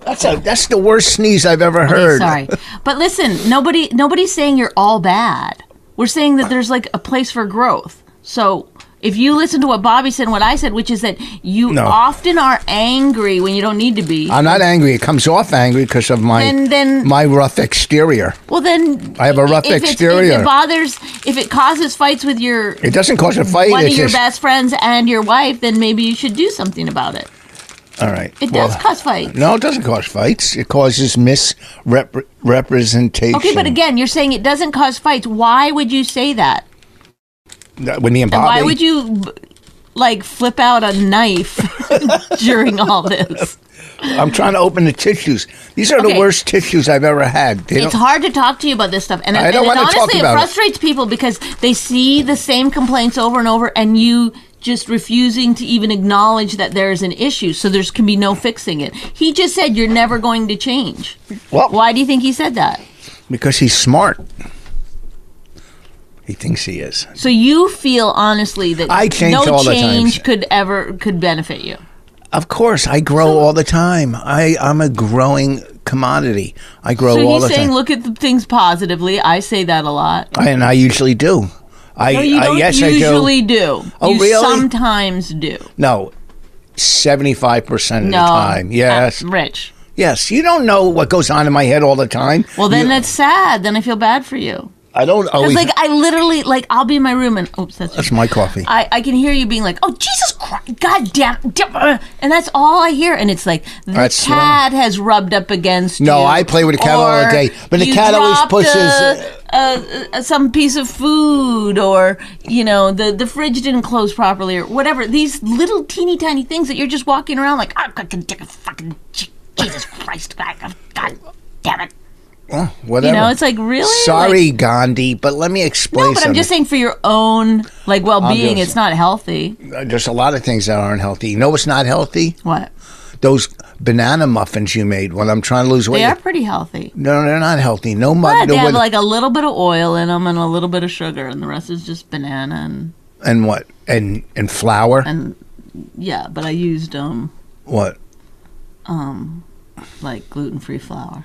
[SPEAKER 2] that's a that's the worst sneeze I've ever
[SPEAKER 3] Okay,
[SPEAKER 2] heard.
[SPEAKER 3] Sorry, but listen, nobody nobody's saying you're all bad. We're saying that there's like a place for growth. So If you listen to what Bobby said and what I said, which is that you
[SPEAKER 2] No.
[SPEAKER 3] often are angry when you don't need to be.
[SPEAKER 2] I'm not angry. It comes off angry because of my
[SPEAKER 3] Then- then-
[SPEAKER 2] my rough exterior.
[SPEAKER 3] well, then
[SPEAKER 2] I have a rough
[SPEAKER 3] if it's- If
[SPEAKER 2] exterior.
[SPEAKER 3] it bothers, if it causes fights with your
[SPEAKER 2] It doesn't cause a fight.
[SPEAKER 3] one of
[SPEAKER 2] it's
[SPEAKER 3] your
[SPEAKER 2] just
[SPEAKER 3] best friends and your wife, then maybe you should do something about it.
[SPEAKER 2] all right.
[SPEAKER 3] It
[SPEAKER 2] well,
[SPEAKER 3] does cause fights.
[SPEAKER 2] No, it doesn't cause fights. It causes misrepresentation.
[SPEAKER 3] Okay, but again, you're saying it doesn't cause fights. Why would you say that?
[SPEAKER 2] with me and Bobby.
[SPEAKER 3] Why would you like flip out a knife during all this?
[SPEAKER 2] I'm trying to open the tissues. These are
[SPEAKER 3] Okay.
[SPEAKER 2] the worst tissues I've ever had. They
[SPEAKER 3] It's
[SPEAKER 2] don't-
[SPEAKER 3] hard to talk to you about this stuff, and,
[SPEAKER 2] I don't
[SPEAKER 3] and it
[SPEAKER 2] wanna talk
[SPEAKER 3] honestly
[SPEAKER 2] about it.
[SPEAKER 3] it frustrates people because they see the same complaints over and over, and you just refusing to even acknowledge that there is an issue. So there's can be no fixing it. He just said you're never going to change.
[SPEAKER 2] Well,
[SPEAKER 3] Why do you think he said that?
[SPEAKER 2] Because he's smart. He thinks he is.
[SPEAKER 3] So you feel honestly that
[SPEAKER 2] I change
[SPEAKER 3] no
[SPEAKER 2] all the
[SPEAKER 3] change
[SPEAKER 2] times.
[SPEAKER 3] could ever could benefit you.
[SPEAKER 2] Of course, I grow all the time. I I'm a growing commodity. I grow
[SPEAKER 3] So
[SPEAKER 2] Oh, all the
[SPEAKER 3] he's saying,
[SPEAKER 2] time,
[SPEAKER 3] look at the things positively. I say that a lot.
[SPEAKER 2] I, and I usually do. I,
[SPEAKER 3] No, Oh, you
[SPEAKER 2] I
[SPEAKER 3] don't
[SPEAKER 2] yes, I do.
[SPEAKER 3] usually do.
[SPEAKER 2] Oh,
[SPEAKER 3] you
[SPEAKER 2] really?
[SPEAKER 3] Sometimes do.
[SPEAKER 2] No, seventy five percent of
[SPEAKER 3] No.
[SPEAKER 2] the time. Yes,
[SPEAKER 3] Uh, Rich.
[SPEAKER 2] yes. You don't know what goes on in my head all the time.
[SPEAKER 3] Well,
[SPEAKER 2] You-
[SPEAKER 3] then
[SPEAKER 2] Oh,
[SPEAKER 3] that's sad. Then I feel bad for you.
[SPEAKER 2] I don't always.
[SPEAKER 3] Because, like, I literally, like, I'll be in my room and, oops, that's,
[SPEAKER 2] that's my coffee.
[SPEAKER 3] I, I can hear you being like, oh, Jesus Christ, God damn, damn, uh," and that's all I hear. And it's like, the
[SPEAKER 2] That's, uh,
[SPEAKER 3] cat has rubbed up against you.
[SPEAKER 2] No, I play with the cat all
[SPEAKER 3] or
[SPEAKER 2] day, but the
[SPEAKER 3] you
[SPEAKER 2] cat always
[SPEAKER 3] dropped,
[SPEAKER 2] pushes-
[SPEAKER 3] uh, uh, uh, some piece of food or, you know, the, the fridge didn't close properly or whatever. These little teeny tiny things that you're just walking around like, I'm going to take a fucking, Je- Jesus Christ, God God damn it. You
[SPEAKER 2] Whatever.
[SPEAKER 3] know, it's like, really? Like,
[SPEAKER 2] Sorry, Gandhi, but let me explain.
[SPEAKER 3] no, but I'm
[SPEAKER 2] something.
[SPEAKER 3] just saying for your own like well-being,
[SPEAKER 2] just-
[SPEAKER 3] it's not healthy.
[SPEAKER 2] Uh, There's a lot of things that aren't healthy. You know what's not healthy?
[SPEAKER 3] What?
[SPEAKER 2] Those banana muffins you made when I'm trying to lose weight.
[SPEAKER 3] They are pretty healthy.
[SPEAKER 2] No, they're not healthy. No
[SPEAKER 3] But
[SPEAKER 2] mud.
[SPEAKER 3] they
[SPEAKER 2] No
[SPEAKER 3] have
[SPEAKER 2] wood-
[SPEAKER 3] like a little bit of oil in them and a little bit of sugar, and the rest is just banana and
[SPEAKER 2] and what? And and flour.
[SPEAKER 3] and yeah. But I used um
[SPEAKER 2] what?
[SPEAKER 3] like gluten-free flour.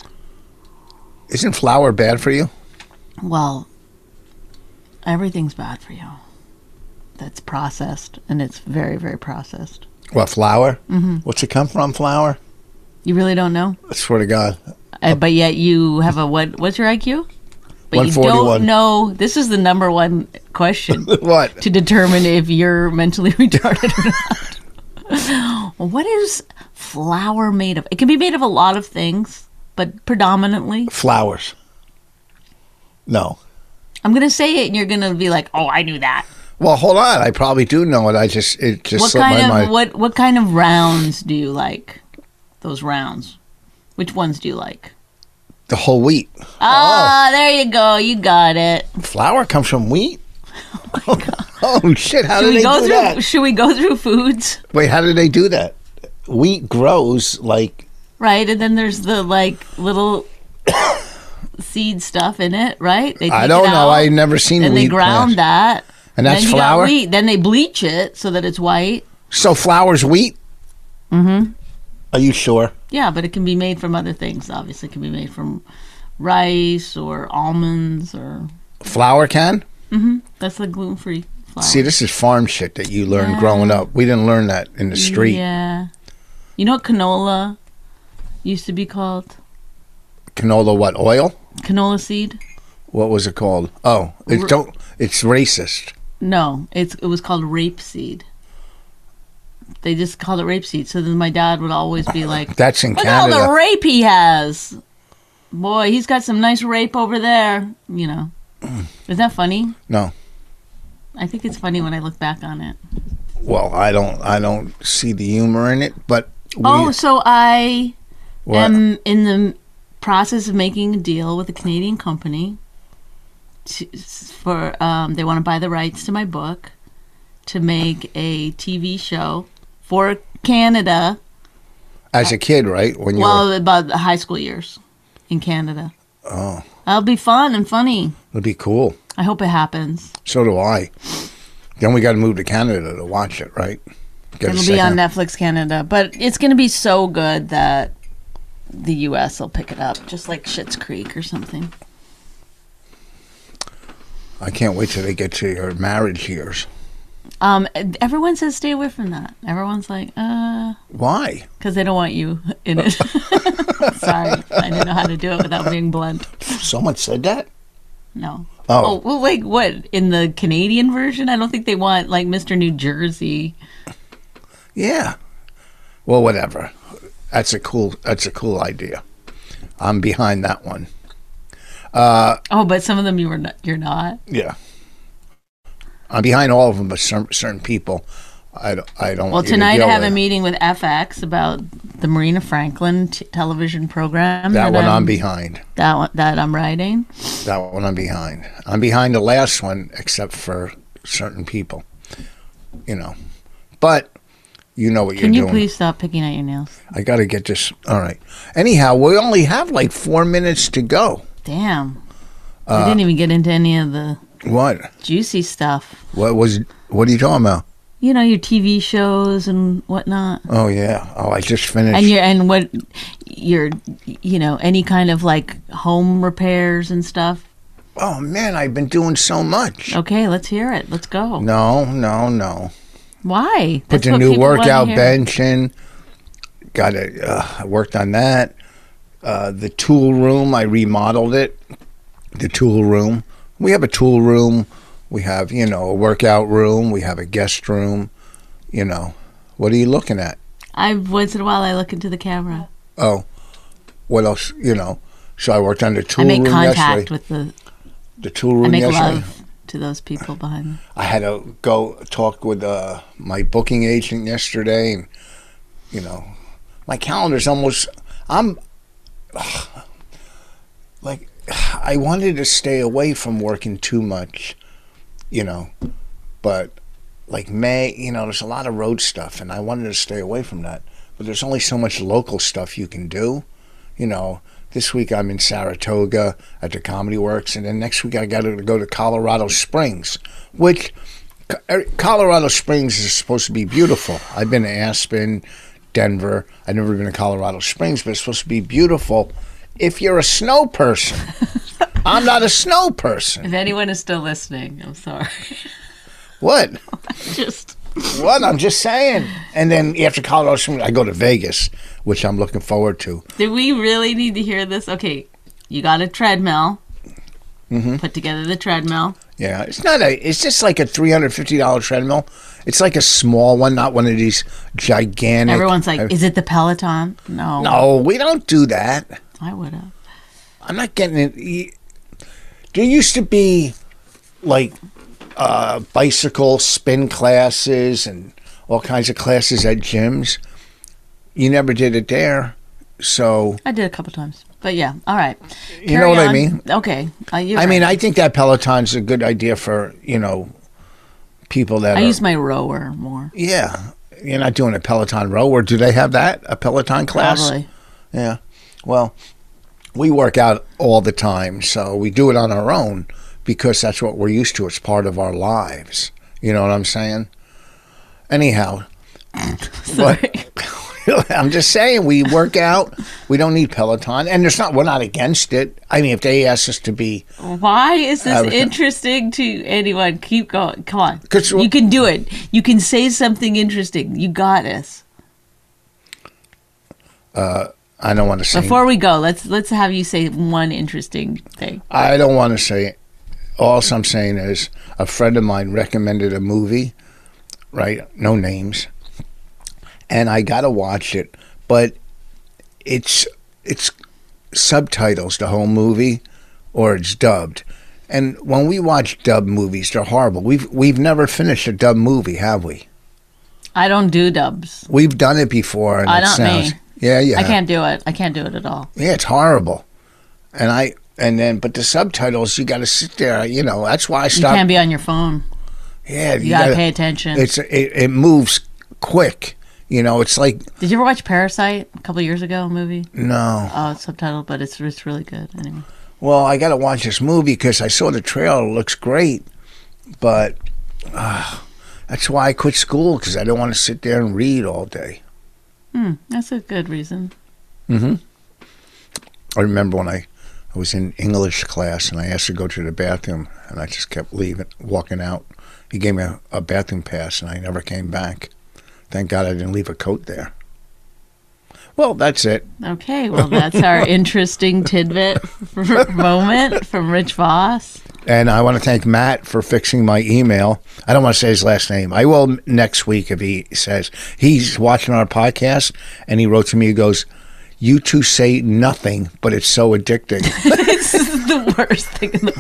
[SPEAKER 2] Isn't flour bad for you?
[SPEAKER 3] Well, everything's bad for you. That's processed, and it's very very processed.
[SPEAKER 2] What flour? Mm-hmm. What's it come from? Flour.
[SPEAKER 3] You really don't know,
[SPEAKER 2] I swear to God.
[SPEAKER 3] Uh, but yet you have a what? What's your IQ? But you
[SPEAKER 2] 141.
[SPEAKER 3] don't know. This is the number one question.
[SPEAKER 2] What?
[SPEAKER 3] to determine if you're mentally retarded or not. Well, what is flour made of? It can be made of a lot of things, but predominantly,
[SPEAKER 2] Flowers. No.
[SPEAKER 3] I'm going to say it and you're going to be like, "Oh, I knew that."
[SPEAKER 2] Well, hold on. I probably do know it. I just it just
[SPEAKER 3] What
[SPEAKER 2] slipped
[SPEAKER 3] kind
[SPEAKER 2] my
[SPEAKER 3] of
[SPEAKER 2] mind.
[SPEAKER 3] what what kind of rounds do you like? Those rounds. Which ones do you like?
[SPEAKER 2] The whole wheat.
[SPEAKER 3] Ah, there you go. You got it.
[SPEAKER 2] Flour comes from wheat. Oh, shit! How
[SPEAKER 3] Should
[SPEAKER 2] did
[SPEAKER 3] we
[SPEAKER 2] they
[SPEAKER 3] go
[SPEAKER 2] do
[SPEAKER 3] through
[SPEAKER 2] that?
[SPEAKER 3] should we go through foods?
[SPEAKER 2] Wait, how did they do that? Wheat grows like
[SPEAKER 3] Right? And then there's the like little seed stuff in it, right? They
[SPEAKER 2] I
[SPEAKER 3] take it
[SPEAKER 2] don't know.
[SPEAKER 3] out.
[SPEAKER 2] I never seen
[SPEAKER 3] and
[SPEAKER 2] wheat.
[SPEAKER 3] they ground
[SPEAKER 2] plant.
[SPEAKER 3] that.
[SPEAKER 2] And that's
[SPEAKER 3] then you
[SPEAKER 2] flour?
[SPEAKER 3] Got wheat. Then they bleach it so that it's white.
[SPEAKER 2] So flour's wheat. Mm-hmm. Are you sure?
[SPEAKER 3] Yeah, but it can be made from other things. Obviously, it can be made from rice or almonds or
[SPEAKER 2] Flour can.
[SPEAKER 3] that's the gluten-free flour.
[SPEAKER 2] See, this is farm shit that you learned growing up. We didn't learn that in the street.
[SPEAKER 3] Yeah, you know what canola used to be called?
[SPEAKER 2] Canola, what oil?
[SPEAKER 3] Canola seed?
[SPEAKER 2] What was it called? Oh, it don't. It's racist.
[SPEAKER 3] No, it's it was called rapeseed. They just called it rapeseed. So then my dad would always be like,
[SPEAKER 2] That's in
[SPEAKER 3] Look at all
[SPEAKER 2] Canada.
[SPEAKER 3] the rape he has. Boy, he's got some nice rape over there. You know. Isn't that funny?
[SPEAKER 2] no.
[SPEAKER 3] I think it's funny when I look back on it.
[SPEAKER 2] Well, I don't. I don't see the humor in it. But we,
[SPEAKER 3] Oh, um, so I
[SPEAKER 2] what?
[SPEAKER 3] am in the process of making a deal with a Canadian company to, for um, they want to buy the rights to my book to make a TV show for Canada.
[SPEAKER 2] as a kid, right? When you
[SPEAKER 3] Well,
[SPEAKER 2] were,
[SPEAKER 3] about the high school years in Canada. Oh, that'll be fun and funny.
[SPEAKER 2] it'd be cool.
[SPEAKER 3] I hope it happens.
[SPEAKER 2] So do I. Then we got to move to Canada to watch it, right? Get a
[SPEAKER 3] It'll be
[SPEAKER 2] second-
[SPEAKER 3] on Netflix Canada, but it's going to be so good that the U.S. will pick it up, just like Schitt's Creek or something.
[SPEAKER 2] I can't wait till they get to your marriage years.
[SPEAKER 3] Um, everyone says stay away from that. Everyone's like, uh,
[SPEAKER 2] Why?
[SPEAKER 3] because they don't want you in it. Sorry, I didn't know how to do it without being blunt.
[SPEAKER 2] Someone said that?
[SPEAKER 3] No. Oh,
[SPEAKER 2] Oh,
[SPEAKER 3] well, like what in the Canadian version? I don't think they want like Mr. New Jersey.
[SPEAKER 2] yeah. Well, whatever. That's a cool. That's a cool idea. I'm behind that one.
[SPEAKER 3] Oh, but some of them you were not. You're not.
[SPEAKER 2] Yeah. I'm behind all of them, but some, certain people, I don't. I don't.
[SPEAKER 3] Well,
[SPEAKER 2] want you to
[SPEAKER 3] tonight I
[SPEAKER 2] deal
[SPEAKER 3] have
[SPEAKER 2] with.
[SPEAKER 3] a meeting with FX about the Marina Franklin t- television program.
[SPEAKER 2] That one I'm
[SPEAKER 3] I'm-
[SPEAKER 2] behind.
[SPEAKER 3] That one that I'm writing.
[SPEAKER 2] That one I'm behind. I'm behind the last one, except for certain people. You know, but you know what
[SPEAKER 3] Can you
[SPEAKER 2] you're doing.
[SPEAKER 3] please stop picking at your nails?
[SPEAKER 2] I got to get this. All right. Anyhow, we only have like four minutes to go.
[SPEAKER 3] Damn.
[SPEAKER 2] Uh,
[SPEAKER 3] I didn't even get into any of the
[SPEAKER 2] What?
[SPEAKER 3] juicy stuff.
[SPEAKER 2] What was? What are you talking about?
[SPEAKER 3] You know your TV shows and whatnot,
[SPEAKER 2] Oh yeah. Oh, I just finished.
[SPEAKER 3] and your and what your you know any kind of like home repairs and stuff.
[SPEAKER 2] oh man, I've been doing so much.
[SPEAKER 3] Okay, let's hear it. Let's go.
[SPEAKER 2] No, no, no.
[SPEAKER 3] Why?
[SPEAKER 2] Put the new workout bench in. Got it. Uh, I worked on that. Uh, the tool room, I remodeled it. The tool room. We have a tool room. We have, you know, a workout room. We have a guest room. You know, what are you looking at?
[SPEAKER 3] I once in a while I look into the camera.
[SPEAKER 2] Oh, what else? You know, so I worked on the tool
[SPEAKER 3] I make
[SPEAKER 2] room
[SPEAKER 3] contact
[SPEAKER 2] yesterday.
[SPEAKER 3] with the.
[SPEAKER 2] the tool
[SPEAKER 3] I
[SPEAKER 2] room
[SPEAKER 3] make
[SPEAKER 2] yesterday.
[SPEAKER 3] love to those people behind me.
[SPEAKER 2] I had to go talk with uh, my booking agent yesterday, and you know, my calendar's almost. I'm like, I wanted to stay away from working too much, you know, but like May, you know, there's a lot of road stuff, and I wanted to stay away from that. But there's only so much local stuff you can do, you know. This week I'm in Saratoga at the Comedy Works, and then next week I got to go to Colorado Springs, which Co- er, Colorado Springs is supposed to be beautiful. I've been to Aspen, Denver. I've never been to Colorado Springs, but it's supposed to be beautiful if you're a snow person. I'm not a snow person.
[SPEAKER 3] If anyone is still listening, I'm sorry.
[SPEAKER 2] What?
[SPEAKER 3] Just
[SPEAKER 2] What? I'm just saying. And then after Colorado Springs, I go to Vegas, which I'm looking forward to.
[SPEAKER 3] do we really need to hear this? Okay, you got a treadmill.
[SPEAKER 2] Mm-hmm.
[SPEAKER 3] Put together the treadmill.
[SPEAKER 2] Yeah, it's not a. It's just like a three hundred fifty dollar treadmill. It's like a small one, not one of these gigantic.
[SPEAKER 3] Everyone's like, "Is it the Peloton?" No,
[SPEAKER 2] no, we don't do that.
[SPEAKER 3] I would have.
[SPEAKER 2] I'm not getting it. E- There used to be like uh, bicycle spin classes and all kinds of classes at gyms. You never did it there, so
[SPEAKER 3] I did a couple times, but yeah. All right.
[SPEAKER 2] You know what I
[SPEAKER 3] on.
[SPEAKER 2] mean.
[SPEAKER 3] Okay. Uh, you're
[SPEAKER 2] I mean,
[SPEAKER 3] right.
[SPEAKER 2] I think that Peloton's a good idea for you know people that
[SPEAKER 3] I
[SPEAKER 2] are,
[SPEAKER 3] use my rower more.
[SPEAKER 2] yeah. You're not doing a Peloton row, or do they have that a Peloton class?
[SPEAKER 3] Probably.
[SPEAKER 2] Yeah. Well, we work out all the time, so we do it on our own because that's what we're used to. It's part of our lives. You know what I'm saying? Anyhow, but I'm just saying we work out. We don't need Peloton, and there's not. We're not against it. I mean, if they ask us to be,
[SPEAKER 3] Why is this
[SPEAKER 2] I was-
[SPEAKER 3] interesting to anyone? Keep going. Come on.
[SPEAKER 2] 'Cause
[SPEAKER 3] you can do it. You can say something interesting. You got us.
[SPEAKER 2] I don't want to say.
[SPEAKER 3] Before we go, let's let's have you say one interesting thing.
[SPEAKER 2] I don't want to say. it. All I'm saying is a friend of mine recommended a movie, right? No names, and I gotta watch it, but it's it's subtitles the whole movie, or it's dubbed. And when we watch dub movies, they're horrible. We've we've never finished a dub movie, have we?
[SPEAKER 3] I don't do dubs.
[SPEAKER 2] We've done it before, and
[SPEAKER 3] I
[SPEAKER 2] it
[SPEAKER 3] don't
[SPEAKER 2] sounds
[SPEAKER 3] mean-
[SPEAKER 2] yeah yeah.
[SPEAKER 3] I can't do it. I can't do it at all.
[SPEAKER 2] Yeah, it's horrible. And I and then but the subtitles you got to sit there. You know that's why I
[SPEAKER 3] You
[SPEAKER 2] stopped.
[SPEAKER 3] can't be on your phone.
[SPEAKER 2] yeah,
[SPEAKER 3] You, gotta, pay attention.
[SPEAKER 2] It's it, it moves quick. You know, it's like
[SPEAKER 3] Did you ever watch Parasite a couple years ago? A movie?
[SPEAKER 2] no.
[SPEAKER 3] Oh, it's subtitled, but it's it's really good. Anyway,
[SPEAKER 2] Well, I got to watch this movie because I saw the trailer. It looks great, but uh, that's why I quit school because I don't want to sit there and read all day.
[SPEAKER 3] hmm, that's a good reason.
[SPEAKER 2] I remember when I, I was in English class and I asked to go to the bathroom and I just kept leaving, walking out. He gave me a, a bathroom pass, and I never came back. Thank God I didn't leave a coat there. Well, that's it.
[SPEAKER 3] Okay, well, that's our interesting tidbit for moment from Rich Voss.
[SPEAKER 2] And I want to thank Matt for fixing my email. I don't want to say his last name. I will next week if he says he's watching our podcast and he wrote to me. He goes, "You two say nothing, but it's so addicting."
[SPEAKER 3] This is the worst thing in the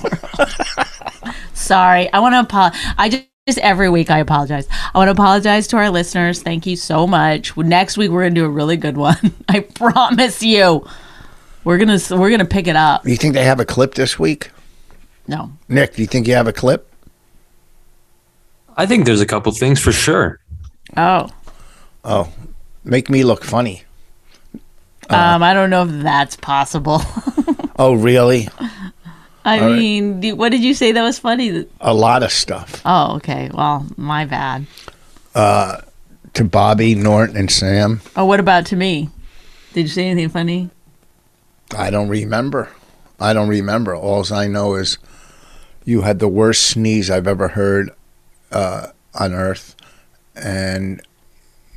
[SPEAKER 3] world. Sorry, I want to apologize. I just. Just every week, I apologize. I want to apologize to our listeners. Thank you so much. Next week, we're gonna do a really good one. I promise you, we're gonna we're gonna pick it up.
[SPEAKER 2] you think they have a clip this week,
[SPEAKER 3] No,
[SPEAKER 2] Nick? Do you think you have a clip?
[SPEAKER 6] I think there's a couple things for sure.
[SPEAKER 3] oh,
[SPEAKER 2] Oh, make me look funny. Uh.
[SPEAKER 3] um, I don't know if that's possible.
[SPEAKER 2] Oh, really?
[SPEAKER 3] I
[SPEAKER 2] right.
[SPEAKER 3] mean, do- what did you say that was funny?
[SPEAKER 2] A lot of stuff
[SPEAKER 3] Oh, okay. Well, my bad.
[SPEAKER 2] to Bobby Norton and Sam.
[SPEAKER 3] Oh, what about to me? Did you say anything funny?
[SPEAKER 2] I don't remember. I don't remember. Alls I know is you had the worst sneeze I've ever heard uh, on earth, and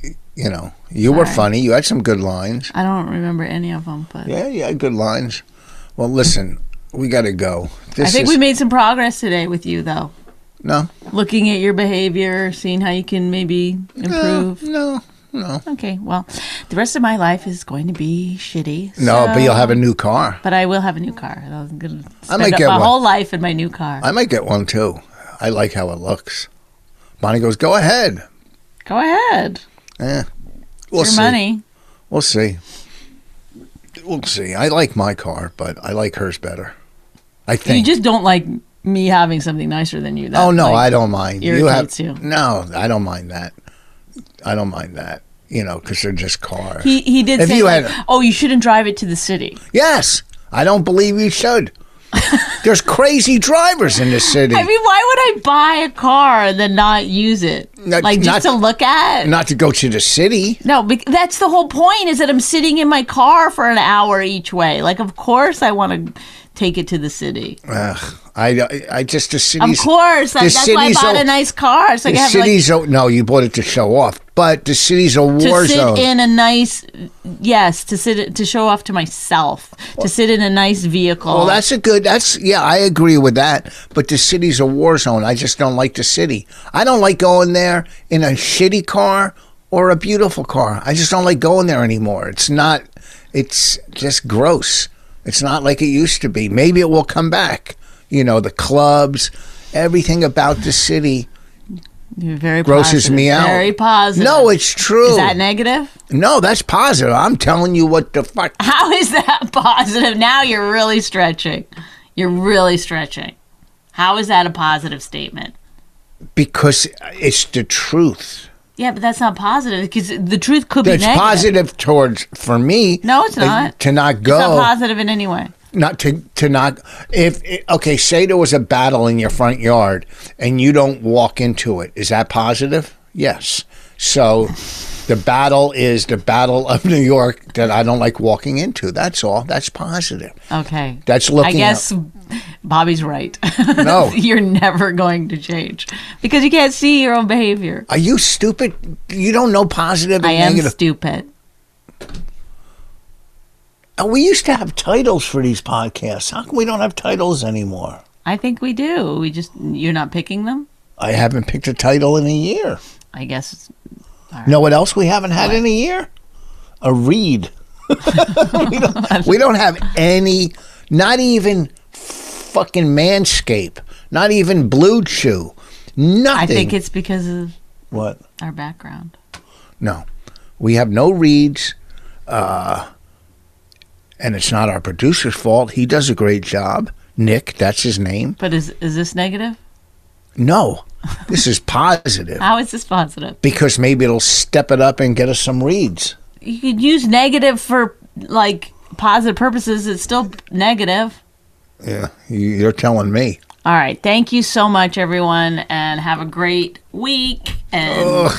[SPEAKER 2] you know you were funny. You had some good lines.
[SPEAKER 3] I don't remember any of them, but
[SPEAKER 2] Yeah, you had good lines. Well, listen, we got to go. This
[SPEAKER 3] I think
[SPEAKER 2] is,
[SPEAKER 3] we made some progress today with you, though.
[SPEAKER 2] no,
[SPEAKER 3] Looking at your behavior, seeing how you can maybe
[SPEAKER 2] no,
[SPEAKER 3] improve.
[SPEAKER 2] no, no,
[SPEAKER 3] Okay, well, the rest of my life is going to be shitty.
[SPEAKER 2] no.
[SPEAKER 3] so-
[SPEAKER 2] But you'll have a new car.
[SPEAKER 3] But I will have a new car. I'm gonna
[SPEAKER 2] I
[SPEAKER 3] spend
[SPEAKER 2] might
[SPEAKER 3] up
[SPEAKER 2] get
[SPEAKER 3] my
[SPEAKER 2] one.
[SPEAKER 3] whole life in my new car.
[SPEAKER 2] I might get one too. I like how it looks. Bonnie goes, "Go ahead."
[SPEAKER 3] Go ahead,
[SPEAKER 2] Eh, we'll
[SPEAKER 3] your
[SPEAKER 2] see.
[SPEAKER 3] money.
[SPEAKER 2] We'll see. We'll see. I like my car, but I like hers better. I
[SPEAKER 3] You
[SPEAKER 2] think.
[SPEAKER 3] just don't like me having something nicer than you. That,
[SPEAKER 2] oh no,
[SPEAKER 3] like,
[SPEAKER 2] I don't mind.
[SPEAKER 3] irritates you.
[SPEAKER 2] no, I don't mind that. I don't mind that. You know, because they're just cars.
[SPEAKER 3] He he did
[SPEAKER 2] If
[SPEAKER 3] say,
[SPEAKER 2] you
[SPEAKER 3] like,
[SPEAKER 2] had-
[SPEAKER 3] "Oh, you shouldn't drive it to the city."
[SPEAKER 2] yes, I don't believe you should. There's crazy drivers in this city.
[SPEAKER 3] I mean, why would I buy a car and then not use it?
[SPEAKER 2] Not-
[SPEAKER 3] like
[SPEAKER 2] not-
[SPEAKER 3] just to look at?
[SPEAKER 2] Not to go to the city.
[SPEAKER 3] No, bec- that's the whole point is that I'm sitting in my car for an hour each way. Like, of course, I want to take it to the city.
[SPEAKER 2] Ugh, I, I just the
[SPEAKER 3] Of
[SPEAKER 2] city's.
[SPEAKER 3] course, that,
[SPEAKER 2] the
[SPEAKER 3] that's why I
[SPEAKER 2] city's
[SPEAKER 3] bought
[SPEAKER 2] o-
[SPEAKER 3] a nice car. So I
[SPEAKER 2] The
[SPEAKER 3] can have like
[SPEAKER 2] city's a- no, you bought it to show off, but the city's a
[SPEAKER 3] to
[SPEAKER 2] war
[SPEAKER 3] sit
[SPEAKER 2] zone.
[SPEAKER 3] in a nice yes to sit to show off to myself to sit in a nice vehicle.
[SPEAKER 2] Well, that's a good. That's yeah, I agree with that. But the city's a war zone. I just don't like the city. I don't like going there in a shitty car or a beautiful car. I just don't like going there anymore. It's not. It's just gross. It's not like it used to be. Maybe it will come back. You know, the clubs, everything about the city
[SPEAKER 3] You're very
[SPEAKER 2] grosses
[SPEAKER 3] positive,
[SPEAKER 2] me out.
[SPEAKER 3] Very positive.
[SPEAKER 2] No, it's true.
[SPEAKER 3] is that negative?
[SPEAKER 2] no, that's positive. I'm telling you what the fuck.
[SPEAKER 3] How is that positive? Now you're really stretching. You're really stretching. How is that a positive statement?
[SPEAKER 2] Because it's the truth.
[SPEAKER 3] Yeah, but that's not positive because the truth could be
[SPEAKER 2] It's
[SPEAKER 3] negative.
[SPEAKER 2] positive towards for me.
[SPEAKER 3] No, it's
[SPEAKER 2] uh,
[SPEAKER 3] not.
[SPEAKER 2] To not
[SPEAKER 3] It's
[SPEAKER 2] go,
[SPEAKER 3] not positive in any way.
[SPEAKER 2] not to to not. If okay, say there was a battle in your front yard and you don't walk into it, is that positive? Yes. So, the battle is the battle of New York that I don't like walking into. That's all. That's positive.
[SPEAKER 3] Okay.
[SPEAKER 2] That's
[SPEAKER 3] I
[SPEAKER 2] looking.
[SPEAKER 3] guess Bobby's right.
[SPEAKER 2] Out. No.
[SPEAKER 3] You're never going to change because you can't see your own behavior.
[SPEAKER 2] Are you stupid? You don't know positive and
[SPEAKER 3] I am
[SPEAKER 2] negative.
[SPEAKER 3] stupid.
[SPEAKER 2] Oh, we used to have titles for these podcasts. How come we don't have titles anymore?
[SPEAKER 3] I think we do. We just you're not picking them.
[SPEAKER 2] I haven't picked a title in a year.
[SPEAKER 3] I guess
[SPEAKER 2] Know what else we haven't had in a year? A read. we, don't, we don't have any, not even fucking Manscape, not even Blue Chew, nothing.
[SPEAKER 3] I think it's because of
[SPEAKER 2] What?
[SPEAKER 3] our background.
[SPEAKER 2] No. We have no reads. Uh, and it's not our producer's fault. He does a great job. Nick, that's his name.
[SPEAKER 3] But is is this negative?
[SPEAKER 2] No, this is positive
[SPEAKER 3] How is this positive?
[SPEAKER 2] because maybe it'll step it up and get us some reads.
[SPEAKER 3] You could use negative for like positive purposes. It's still negative.
[SPEAKER 2] Yeah, you- you're telling me.
[SPEAKER 3] All right. Thank you so much, everyone, and have a great week. And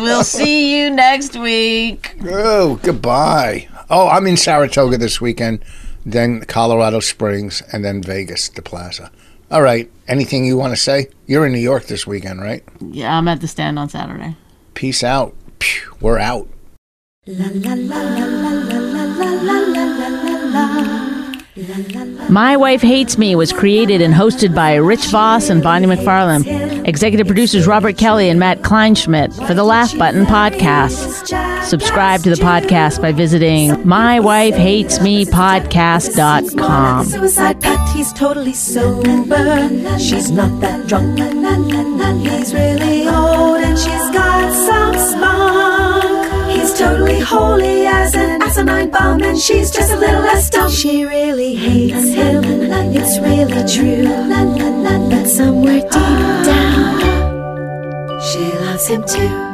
[SPEAKER 3] we'll see you next week.
[SPEAKER 2] Oh, goodbye. Oh, I'm in Saratoga this weekend, then Colorado Springs, and then Vegas, the plaza. All right. Anything you want to say? You're in New York this weekend, right?
[SPEAKER 3] Yeah, I'm at the stand on Saturday.
[SPEAKER 2] Peace out. Phew, We're out.
[SPEAKER 3] My Wife Hates Me was created and hosted by Rich Voss and Bonnie McFarlane. Executive producers Robert Kelly and Matt Kleinschmidt for the Laugh Button podcast. Subscribe to the podcast by visiting mywifehatesmepodcast.com.
[SPEAKER 1] Suicide pact, he's totally sober. She's not that drunk. He's really old and she's got some spunk. He's totally holy as an asinine bomb, and she's just a little less dumb. She really hates him. It's really true. But somewhere deep down, she loves him too.